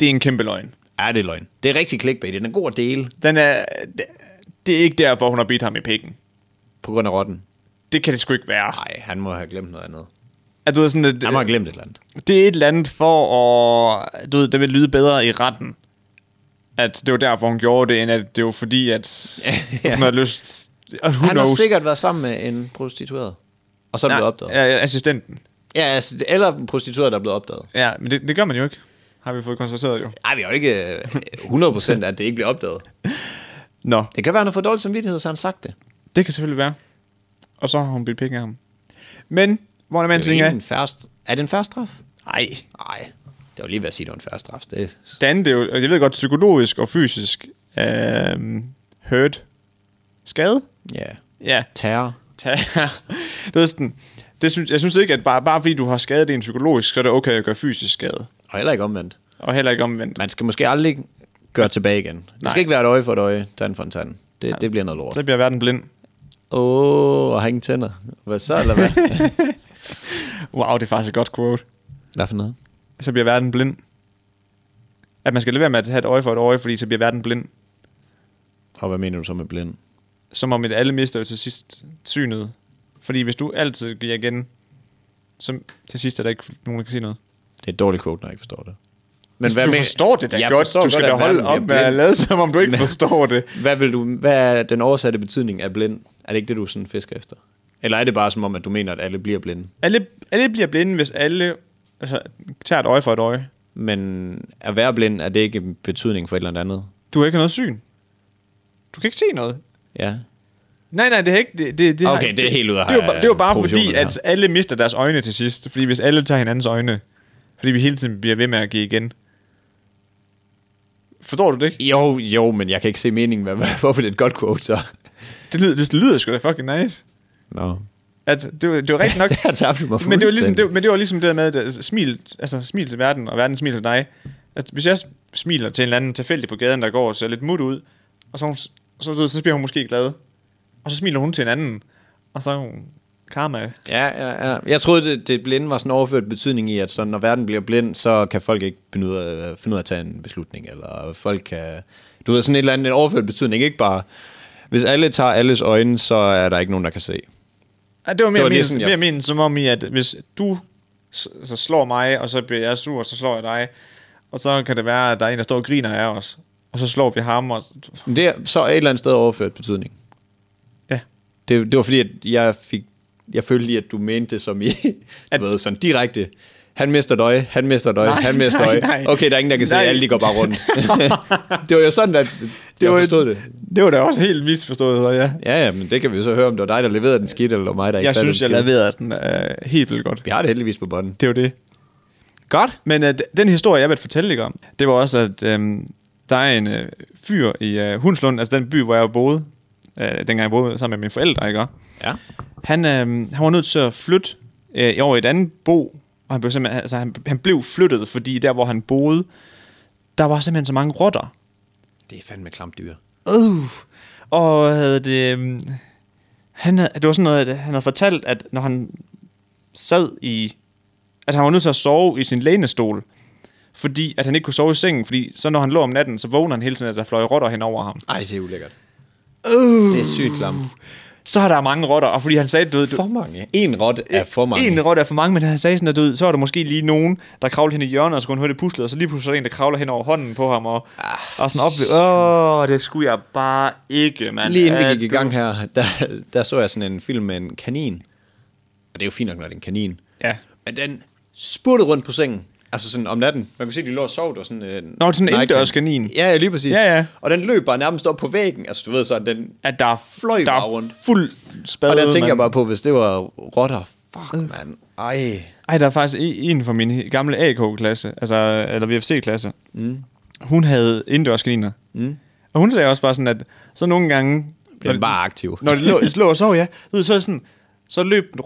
Speaker 1: det er en kæmpe løgn.
Speaker 2: Ja, det er løgn. Det er rigtig clickbait. Den er god at dele
Speaker 1: Den er, det, det er ikke derfor, hun har bidt ham i pikken.
Speaker 2: på grund af rotten.
Speaker 1: Det kan det sgu ikke være.
Speaker 2: Nej, han må have glemt noget andet.
Speaker 1: At du er sådan, at,
Speaker 2: Han må have glemt et eller andet.
Speaker 1: Det er et eller andet for at... Du ved, det vil lyde bedre i retten. At det var derfor, hun gjorde det, end at det var fordi, at hun havde lyst... Og who
Speaker 2: Han har
Speaker 1: knows?
Speaker 2: sikkert været sammen med en prostitueret. Og så er det blevet opdaget. Ja,
Speaker 1: ja, assistenten.
Speaker 2: altså, eller en prostitueret, der er blevet opdaget.
Speaker 1: Ja, men det, det gør man jo ikke. Har vi fået konstateret jo.
Speaker 2: Nej, vi er jo ikke øh, 100% at det ikke bliver opdaget.
Speaker 1: Nå,
Speaker 2: Det kan være, han har fået dårlig samvittighed, så han har sagt det.
Speaker 1: det kan selvfølgelig være. Og så har hun blivet penge af ham. Men, hvor er man
Speaker 2: Det er,
Speaker 1: ting
Speaker 2: jo
Speaker 1: af?
Speaker 2: ikke en færst... er det en færre straf?
Speaker 1: Nej,
Speaker 2: Nej. Det var lige ved at sige, det var en færre straf. Det,
Speaker 1: Det andet, det er jo, og jeg ved godt, psykologisk og fysisk øh, hurt. Skade?
Speaker 2: ja.
Speaker 1: Ja.
Speaker 2: Terror.
Speaker 1: det er sådan, det synes, jeg synes ikke, at bare, bare fordi du har skadet en psykologisk, så er det okay at gøre fysisk skade.
Speaker 2: Og heller ikke omvendt.
Speaker 1: Og heller ikke omvendt.
Speaker 2: Man skal måske aldrig gøre tilbage igen. Det
Speaker 1: Nej.
Speaker 2: skal ikke være et øje for et øje, tand for en tand. Det, det bliver noget lort.
Speaker 1: Så bliver verden blind.
Speaker 2: Åh, oh, og har ingen tænder. Hvad så, eller hvad?
Speaker 1: Wow, det er faktisk et godt quote.
Speaker 2: hvad for noget?
Speaker 1: Så bliver verden blind. At man skal lade være med at have et øje for et øje, fordi så bliver verden blind.
Speaker 2: Og hvad mener du så med blind?
Speaker 1: Som om et alle mister jo til sidst synet. Fordi hvis du altid giver igen, så til sidst er der ikke nogen, der kan sige noget.
Speaker 2: Det er et dårligt quote, når jeg ikke forstår det.
Speaker 1: Men
Speaker 2: hvad
Speaker 1: Altså, du
Speaker 2: med-
Speaker 1: forstår det da
Speaker 2: Jeg
Speaker 1: godt.
Speaker 2: forstår
Speaker 1: Du skal
Speaker 2: godt,
Speaker 1: da
Speaker 2: at
Speaker 1: holde
Speaker 2: verden
Speaker 1: op
Speaker 2: bliver
Speaker 1: med at
Speaker 2: blind.
Speaker 1: lade, som om du ikke forstår det.
Speaker 2: Hvad, vil du, hvad er den oversatte betydning af blind? Er det ikke det, du sådan fisker efter? Eller er det bare som om, at du mener, at alle bliver blinde?
Speaker 1: Alle, alle bliver blinde, hvis alle altså, tager et øje for et øje.
Speaker 2: Men at være blind, er det ikke en betydning for et eller andet?
Speaker 1: Du har ikke noget syn. Du kan ikke se noget.
Speaker 2: Ja.
Speaker 1: Nej, nej, det er ikke... Det, det, det har-
Speaker 2: Okay, det er helt ude af-
Speaker 1: Det er jo, bare- det er jo bare fordi,
Speaker 2: proportionerne
Speaker 1: at alle mister deres øjne til sidst. Fordi hvis alle tager hinandens øjne, fordi vi hele tiden bliver ved med at give igen. Forstår du det ikke?
Speaker 2: Jo, jo, men jeg kan ikke se meningen med, hvorfor det er et godt quote, så.
Speaker 1: Det lyder, det lyder sgu da fucking nice.
Speaker 2: Nå.
Speaker 1: At det, var- det var rigtigt nok...
Speaker 2: Der tabte du mig
Speaker 1: men, det var ligesom,
Speaker 2: fuldstændig.
Speaker 1: det, men det var ligesom det der med, at smil, altså, smil til verden, og verden smiler til dig. At hvis jeg smiler til en eller anden tilfældig på gaden, der går og ser lidt mut ud, og så, er hun- så, så, så bliver hun måske glad. Og så smiler hun til en anden, og så er hun karma.
Speaker 2: Ja, ja, ja. Jeg troede, det, det blinde var sådan overført betydning i, at sådan, når verden bliver blind, så kan folk ikke finde ud, af, finde ud af at tage en beslutning, eller folk kan... Du ved, sådan et eller andet en overført betydning, ikke bare... Hvis alle tager alles øjne, så er der ikke nogen, der kan se.
Speaker 1: Ja, det var ligesom, mere,
Speaker 2: Det var
Speaker 1: det
Speaker 2: det,
Speaker 1: var
Speaker 2: sådan,
Speaker 1: mere,
Speaker 2: jeg-
Speaker 1: mere min, som om i, at hvis du s- så slår mig, og så bliver jeg sur, og så slår jeg dig, og så kan det være, at der er en, der står og griner af os, og så slår vi ham, og
Speaker 2: Men det er så et eller andet sted overført betydning.
Speaker 1: ja.
Speaker 2: Det, det var fordi, at jeg fik... Jeg følte lige, at du mente det som i... At,
Speaker 1: At-
Speaker 2: du ved, sådan direkte... Han mister et øje, han mister et øje,
Speaker 1: Nej,
Speaker 2: han mister et
Speaker 1: nej,
Speaker 2: øje.
Speaker 1: nej.
Speaker 2: Okay, der er ingen, der kan se,
Speaker 1: Nej.
Speaker 2: alle de går bare rundt. det var jo sådan, at det jeg forstod det.
Speaker 1: Det var da også helt misforstået, så ja.
Speaker 2: Ja, ja, men det kan vi jo så høre, om det var dig, der leverede den skidt, eller mig, der ikke
Speaker 1: Jeg
Speaker 2: fattede
Speaker 1: synes,
Speaker 2: den
Speaker 1: jeg
Speaker 2: skidt.
Speaker 1: leverede den øh, helt vildt godt.
Speaker 2: Vi har det heldigvis på bånden.
Speaker 1: Det er jo det. Godt. Men øh, d- den historie, jeg vil fortælle dig om, det var også, at øh, der er en øh, fyr i øh, Hundslund, altså den by, hvor jeg boede, øh, dengang jeg boede sammen med mine forældre, ikke? også?
Speaker 2: Ja.
Speaker 1: Han, øh, han var nødt til at flytte øh, over i et andet bo, og han blev, simpelthen, altså, han, han blev flyttet, fordi der, hvor han boede, der var simpelthen så mange rotter.
Speaker 2: Det er fandme klamt dyr.
Speaker 1: Uh. Og havde det... øhm, Han havde, det var sådan noget, at han havde fortalt, at når han sad i... At han var nødt til at sove i sin lænestol, fordi at han ikke kunne sove i sengen, fordi så når han lå om natten, så vågner han hele tiden, at der fløj rotter hen over ham.
Speaker 2: Ej, det er ulækkert. Uh. Det er sygt klamt.
Speaker 1: Så har der mange rotter, og fordi han sagde, du ved, du,
Speaker 2: For mange. En rot er for mange.
Speaker 1: en rotte er for mange, men han sagde sådan, at du ved, så er der måske lige nogen, der kravler hen i hjørnet, og så kunne han høre det puslet, og så lige pludselig er der en, der kravler hen over hånden på ham, og, og sådan op ved, åh, det skulle jeg bare ikke, mand.
Speaker 2: Ah, Lige inden
Speaker 1: Ja,
Speaker 2: vi gik i gang her, der, der så jeg sådan en film med en kanin. Og det er jo fint nok, når det er en kanin.
Speaker 1: Ja.
Speaker 2: Men den spurtede rundt på sengen. Altså sådan om natten. Man kunne se, at de lå og sov. Det var sådan, øh,
Speaker 1: Nå, sådan en
Speaker 2: Nike-
Speaker 1: indendørskanin.
Speaker 2: Ja, ja, lige præcis.
Speaker 1: Ja, ja.
Speaker 2: Og den løb bare nærmest op på væggen. Altså du ved så, at den...
Speaker 1: at der er
Speaker 2: Fløj
Speaker 1: der
Speaker 2: bare
Speaker 1: er
Speaker 2: rundt.
Speaker 1: fuld spade.
Speaker 2: Og der tænker jeg
Speaker 1: mand.
Speaker 2: bare på, hvis det var rotter. Fuck, mand. Ej.
Speaker 1: Ej, der er faktisk en- en fra min gamle AK-klasse, altså, eller VFC-klasse. Mm. Hun havde indendørskaniner. Mm. Og hun sagde også bare sådan, at så nogle gange...
Speaker 2: Bliver den bare aktiv.
Speaker 1: Når det lå, lå og sov, ja. Du ved, så, er det sådan, så løb den...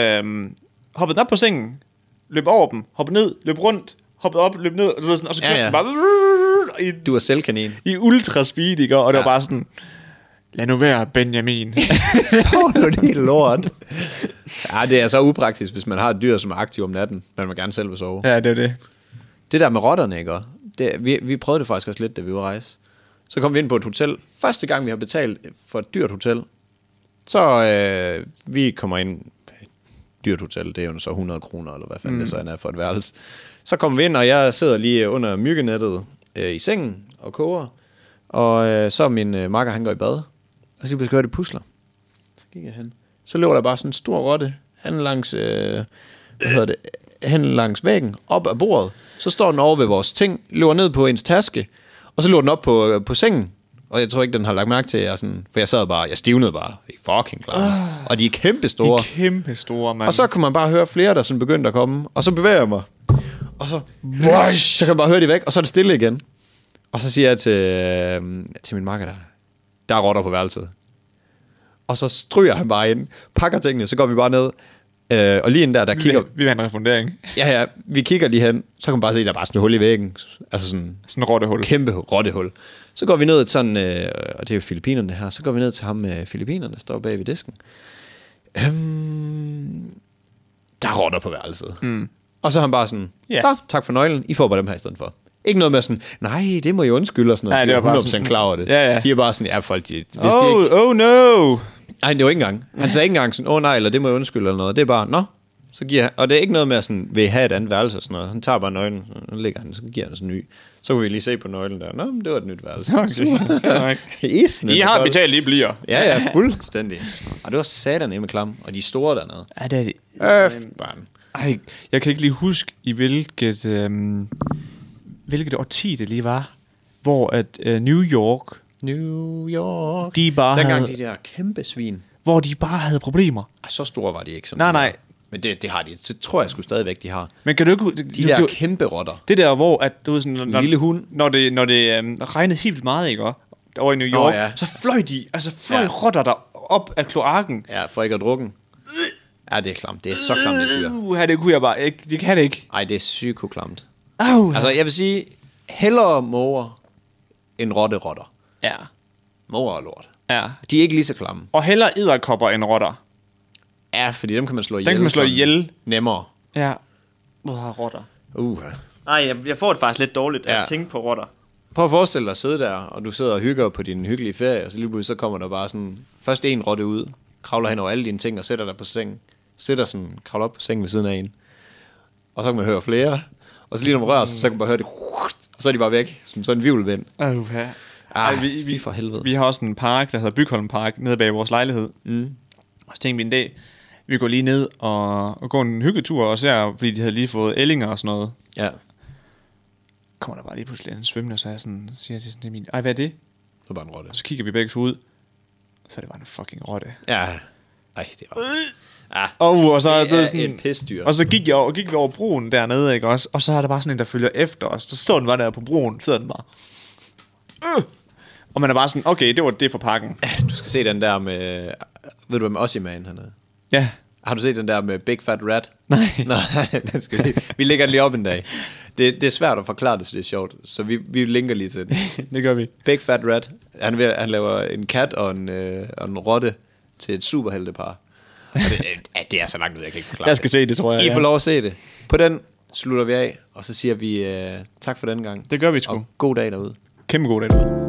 Speaker 1: Øhm, hoppede den op på sengen, løb over dem, hoppede ned, løb rundt, hoppede op, løb ned, og, du ved, sådan, og så
Speaker 2: Ja,
Speaker 1: kørte ja,
Speaker 2: ja.
Speaker 1: ja. bare... I,
Speaker 2: Du er selv kanin.
Speaker 1: i ultra speed, ikke? Og ja. det
Speaker 2: Ja.
Speaker 1: var bare sådan... Lad nu være, Benjamin.
Speaker 2: Så er det helt lort. Ja, det er så upraktisk, hvis man har et dyr, som er aktiv om natten, men man gerne selv vil sove. Ja.
Speaker 1: ja, det var det.
Speaker 2: Det der med rotterne, ikke? også? Det, vi, vi prøvede det faktisk også lidt, da vi var rejse. Så kom vi ind på et hotel. Første gang, vi har betalt for et dyrt hotel. Så øh, vi kommer ind et dyrt hotel, det er jo så 100 kroner, eller hvad fanden mm. det så end er for et værelse. Så kommer vi ind, og jeg sidder lige under myggenettet øh, i sengen og koger. Og øh, så er min øh, makker, han går i bad. Og så skal vi det pusler. Så gik jeg hen. Så løber der bare sådan en stor rotte hen langs, øh, hvad hedder det, hen langs væggen, op ad bordet. Så står den over ved vores ting, løber ned på ens taske, og så løber den op på, øh, på sengen. Og jeg tror ikke, den har lagt mærke til, at jeg sådan, for jeg sad bare, jeg stivnede bare. Det er fucking klart. Uh, og de er kæmpe
Speaker 1: De
Speaker 2: store.
Speaker 1: er kæmpe store, mand.
Speaker 2: Og så kunne man bare høre flere, der sådan begyndte at komme. Og så bevæger jeg mig. og så, så kan man bare høre det væk, og så er det stille igen. Og så siger jeg til, øh, til min makker der, der er rotter på værelset. Og så stryger han bare ind, pakker tingene, så går vi bare ned. Øh, og lige inden der, der
Speaker 1: Vi,
Speaker 2: kigger...
Speaker 1: vil- vi vil have en refundering.
Speaker 2: Ja, ja, vi kigger lige hen, så kan man bare se, der er bare sådan et hul i væggen. Altså sådan
Speaker 1: Sådan en rottehul.
Speaker 2: kæmpe rottehul. Så går vi ned til sådan, øh, og det er jo Filippinerne det her, så går vi ned til ham med øh, Filippinerne, der står bag ved disken. Øhm, der er rotter på værelset. Mm. Og så er han bare sådan,
Speaker 1: Ja.
Speaker 2: ja. tak for nøglen, I får bare dem her i stedet for. Ikke noget med sådan, nej, det må I undskylde og sådan noget.
Speaker 1: Nej,
Speaker 2: de
Speaker 1: det
Speaker 2: er
Speaker 1: var bare
Speaker 2: 100%
Speaker 1: sådan-
Speaker 2: klar over det.
Speaker 1: Ja, ja.
Speaker 2: De er bare sådan, ja, folk, de, hvis de ikke,
Speaker 1: Oh, oh no!
Speaker 2: Nej, det var ikke engang. Han sagde ikke engang sådan, åh oh, nej, eller det må jeg undskylde eller noget. Det er bare, nå, så giver han. Og det er ikke noget med at sådan, vil I have et andet værelse og sådan noget. Han tager bare nøglen, så lægger han, så giver han os en ny. Så kunne vi lige se på nøglen der. Nå, men det var et nyt værelse.
Speaker 1: Okay. fair nok.
Speaker 2: Isen,
Speaker 1: I har betalt, I bliver.
Speaker 2: Ja, ja, fuldstændig. Og det var satan med klam, og de er store dernede.
Speaker 1: Ja, det er det.
Speaker 2: Øf, barn.
Speaker 1: Øh, Ej, jeg kan ikke lige huske, i hvilket, øhm, hvilket årti det lige var, hvor at øh, New York,
Speaker 2: New York.
Speaker 1: De bare
Speaker 2: Dengang
Speaker 1: havde-
Speaker 2: de der kæmpe svin.
Speaker 1: hvor de bare havde problemer.
Speaker 2: Ej, så store var de ikke. Som
Speaker 1: Nej,
Speaker 2: de var.
Speaker 1: nej.
Speaker 2: Men det, det har de. Det tror jeg sgu stadigvæk, de har.
Speaker 1: Men kan du ikke... De
Speaker 2: De
Speaker 1: du,
Speaker 2: der
Speaker 1: du,
Speaker 2: kæmpe rotter.
Speaker 1: det der, hvor at, du ved, sådan, når,
Speaker 2: lille hund.
Speaker 1: når det, når det øhm, regnede helt vildt meget, ikke? og- Over i New
Speaker 2: Nå,
Speaker 1: York,
Speaker 2: ja.
Speaker 1: så fløj de, altså fløj
Speaker 2: Ja.
Speaker 1: rotter der op af kloakken.
Speaker 2: Ja, for ikke at drukke. Ja, det er klamt. Det er så klamt, det dyr.
Speaker 1: Uh, det kunne jeg bare ikke. Det kan det ikke.
Speaker 2: Ej, det er psykoklamt.
Speaker 1: Au.
Speaker 2: Altså, jeg vil sige, hellere måger end rotte rotter.
Speaker 1: Ja.
Speaker 2: Måger og lort.
Speaker 1: ja.
Speaker 2: De er ikke lige så klamme.
Speaker 1: Og hellere æderkopper end rotter.
Speaker 2: Ja, fordi dem kan man slå ihjel.
Speaker 1: kan man slå
Speaker 2: sådan
Speaker 1: ihjel.
Speaker 2: Nemmere.
Speaker 1: Ja. Uh, rotter.
Speaker 2: Uh.
Speaker 3: Nej, jeg, jeg får det faktisk lidt dårligt ja.
Speaker 2: Ja.
Speaker 3: at tænke på rotter.
Speaker 2: Prøv at forestille dig at sidde der, og du sidder og hygger på din hyggelige ferie, og så lige pludselig så kommer der bare sådan, først en rotte ud, kravler hen over alle dine ting og sætter dig på sengen. Sætter sådan, kravler op på sengen ved siden af en. Og så kan man høre flere. Og så lige når man rører sig, så kan man bare høre det. Og så er de bare væk, som sådan en vivlvind.
Speaker 1: Uh, ja.
Speaker 2: Ah,
Speaker 1: Ej, vi- vi-
Speaker 2: fy for helvede.
Speaker 1: Vi har også en park, der hedder Bygholm Park, nede bag vores lejlighed. Mm. Og så tænkte vi en dag, vi går lige ned og, og går en hyggetur og ser, fordi de havde lige fået ællinger og sådan noget.
Speaker 2: Ja.
Speaker 1: Kommer der bare lige pludselig en svømmende, og så er jeg sådan, siger jeg til sådan til min, ej, hvad er det?
Speaker 2: Det var bare en rotte.
Speaker 1: Og så kigger vi begge to ud, så er det bare en fucking rotte.
Speaker 2: Ja. Ej, det var...
Speaker 1: Øh.
Speaker 2: Ah,
Speaker 1: Og, og så er
Speaker 2: det er
Speaker 1: det
Speaker 2: sådan...
Speaker 1: sådan,
Speaker 2: et pisdyr.
Speaker 1: og så gik jeg over, gik vi over broen dernede, ikke også? Og så er der bare sådan en, der følger efter os. Så står den bare der på broen, sidder den bare. Øh! Og man er bare sådan, okay, det var det for pakken.
Speaker 2: Du skal se den der med... Ved du, hvem Ossie Man han er?
Speaker 1: Ja.
Speaker 2: Har du set den der med Big Fat Rat?
Speaker 1: Nej.
Speaker 2: Nej, den skal vi... Vi lægger den lige op en dag. Det, det er svært at forklare det, så det er sjovt. Så vi, vi linker lige til den.
Speaker 1: det gør vi.
Speaker 2: Big Fat Rat, han, vil, han laver en kat og en, øh, og en rotte til et superheltepar. Og det, øh, ja, det er så langt ud, jeg kan ikke forklare
Speaker 1: Jeg skal
Speaker 2: det.
Speaker 1: se det, tror jeg.
Speaker 2: I
Speaker 1: ja.
Speaker 2: får lov at se det. På den slutter vi af, og så siger vi øh, tak for den gang.
Speaker 1: Det gør vi sgu.
Speaker 2: Og god dag derude.
Speaker 1: Kæmpe god dag.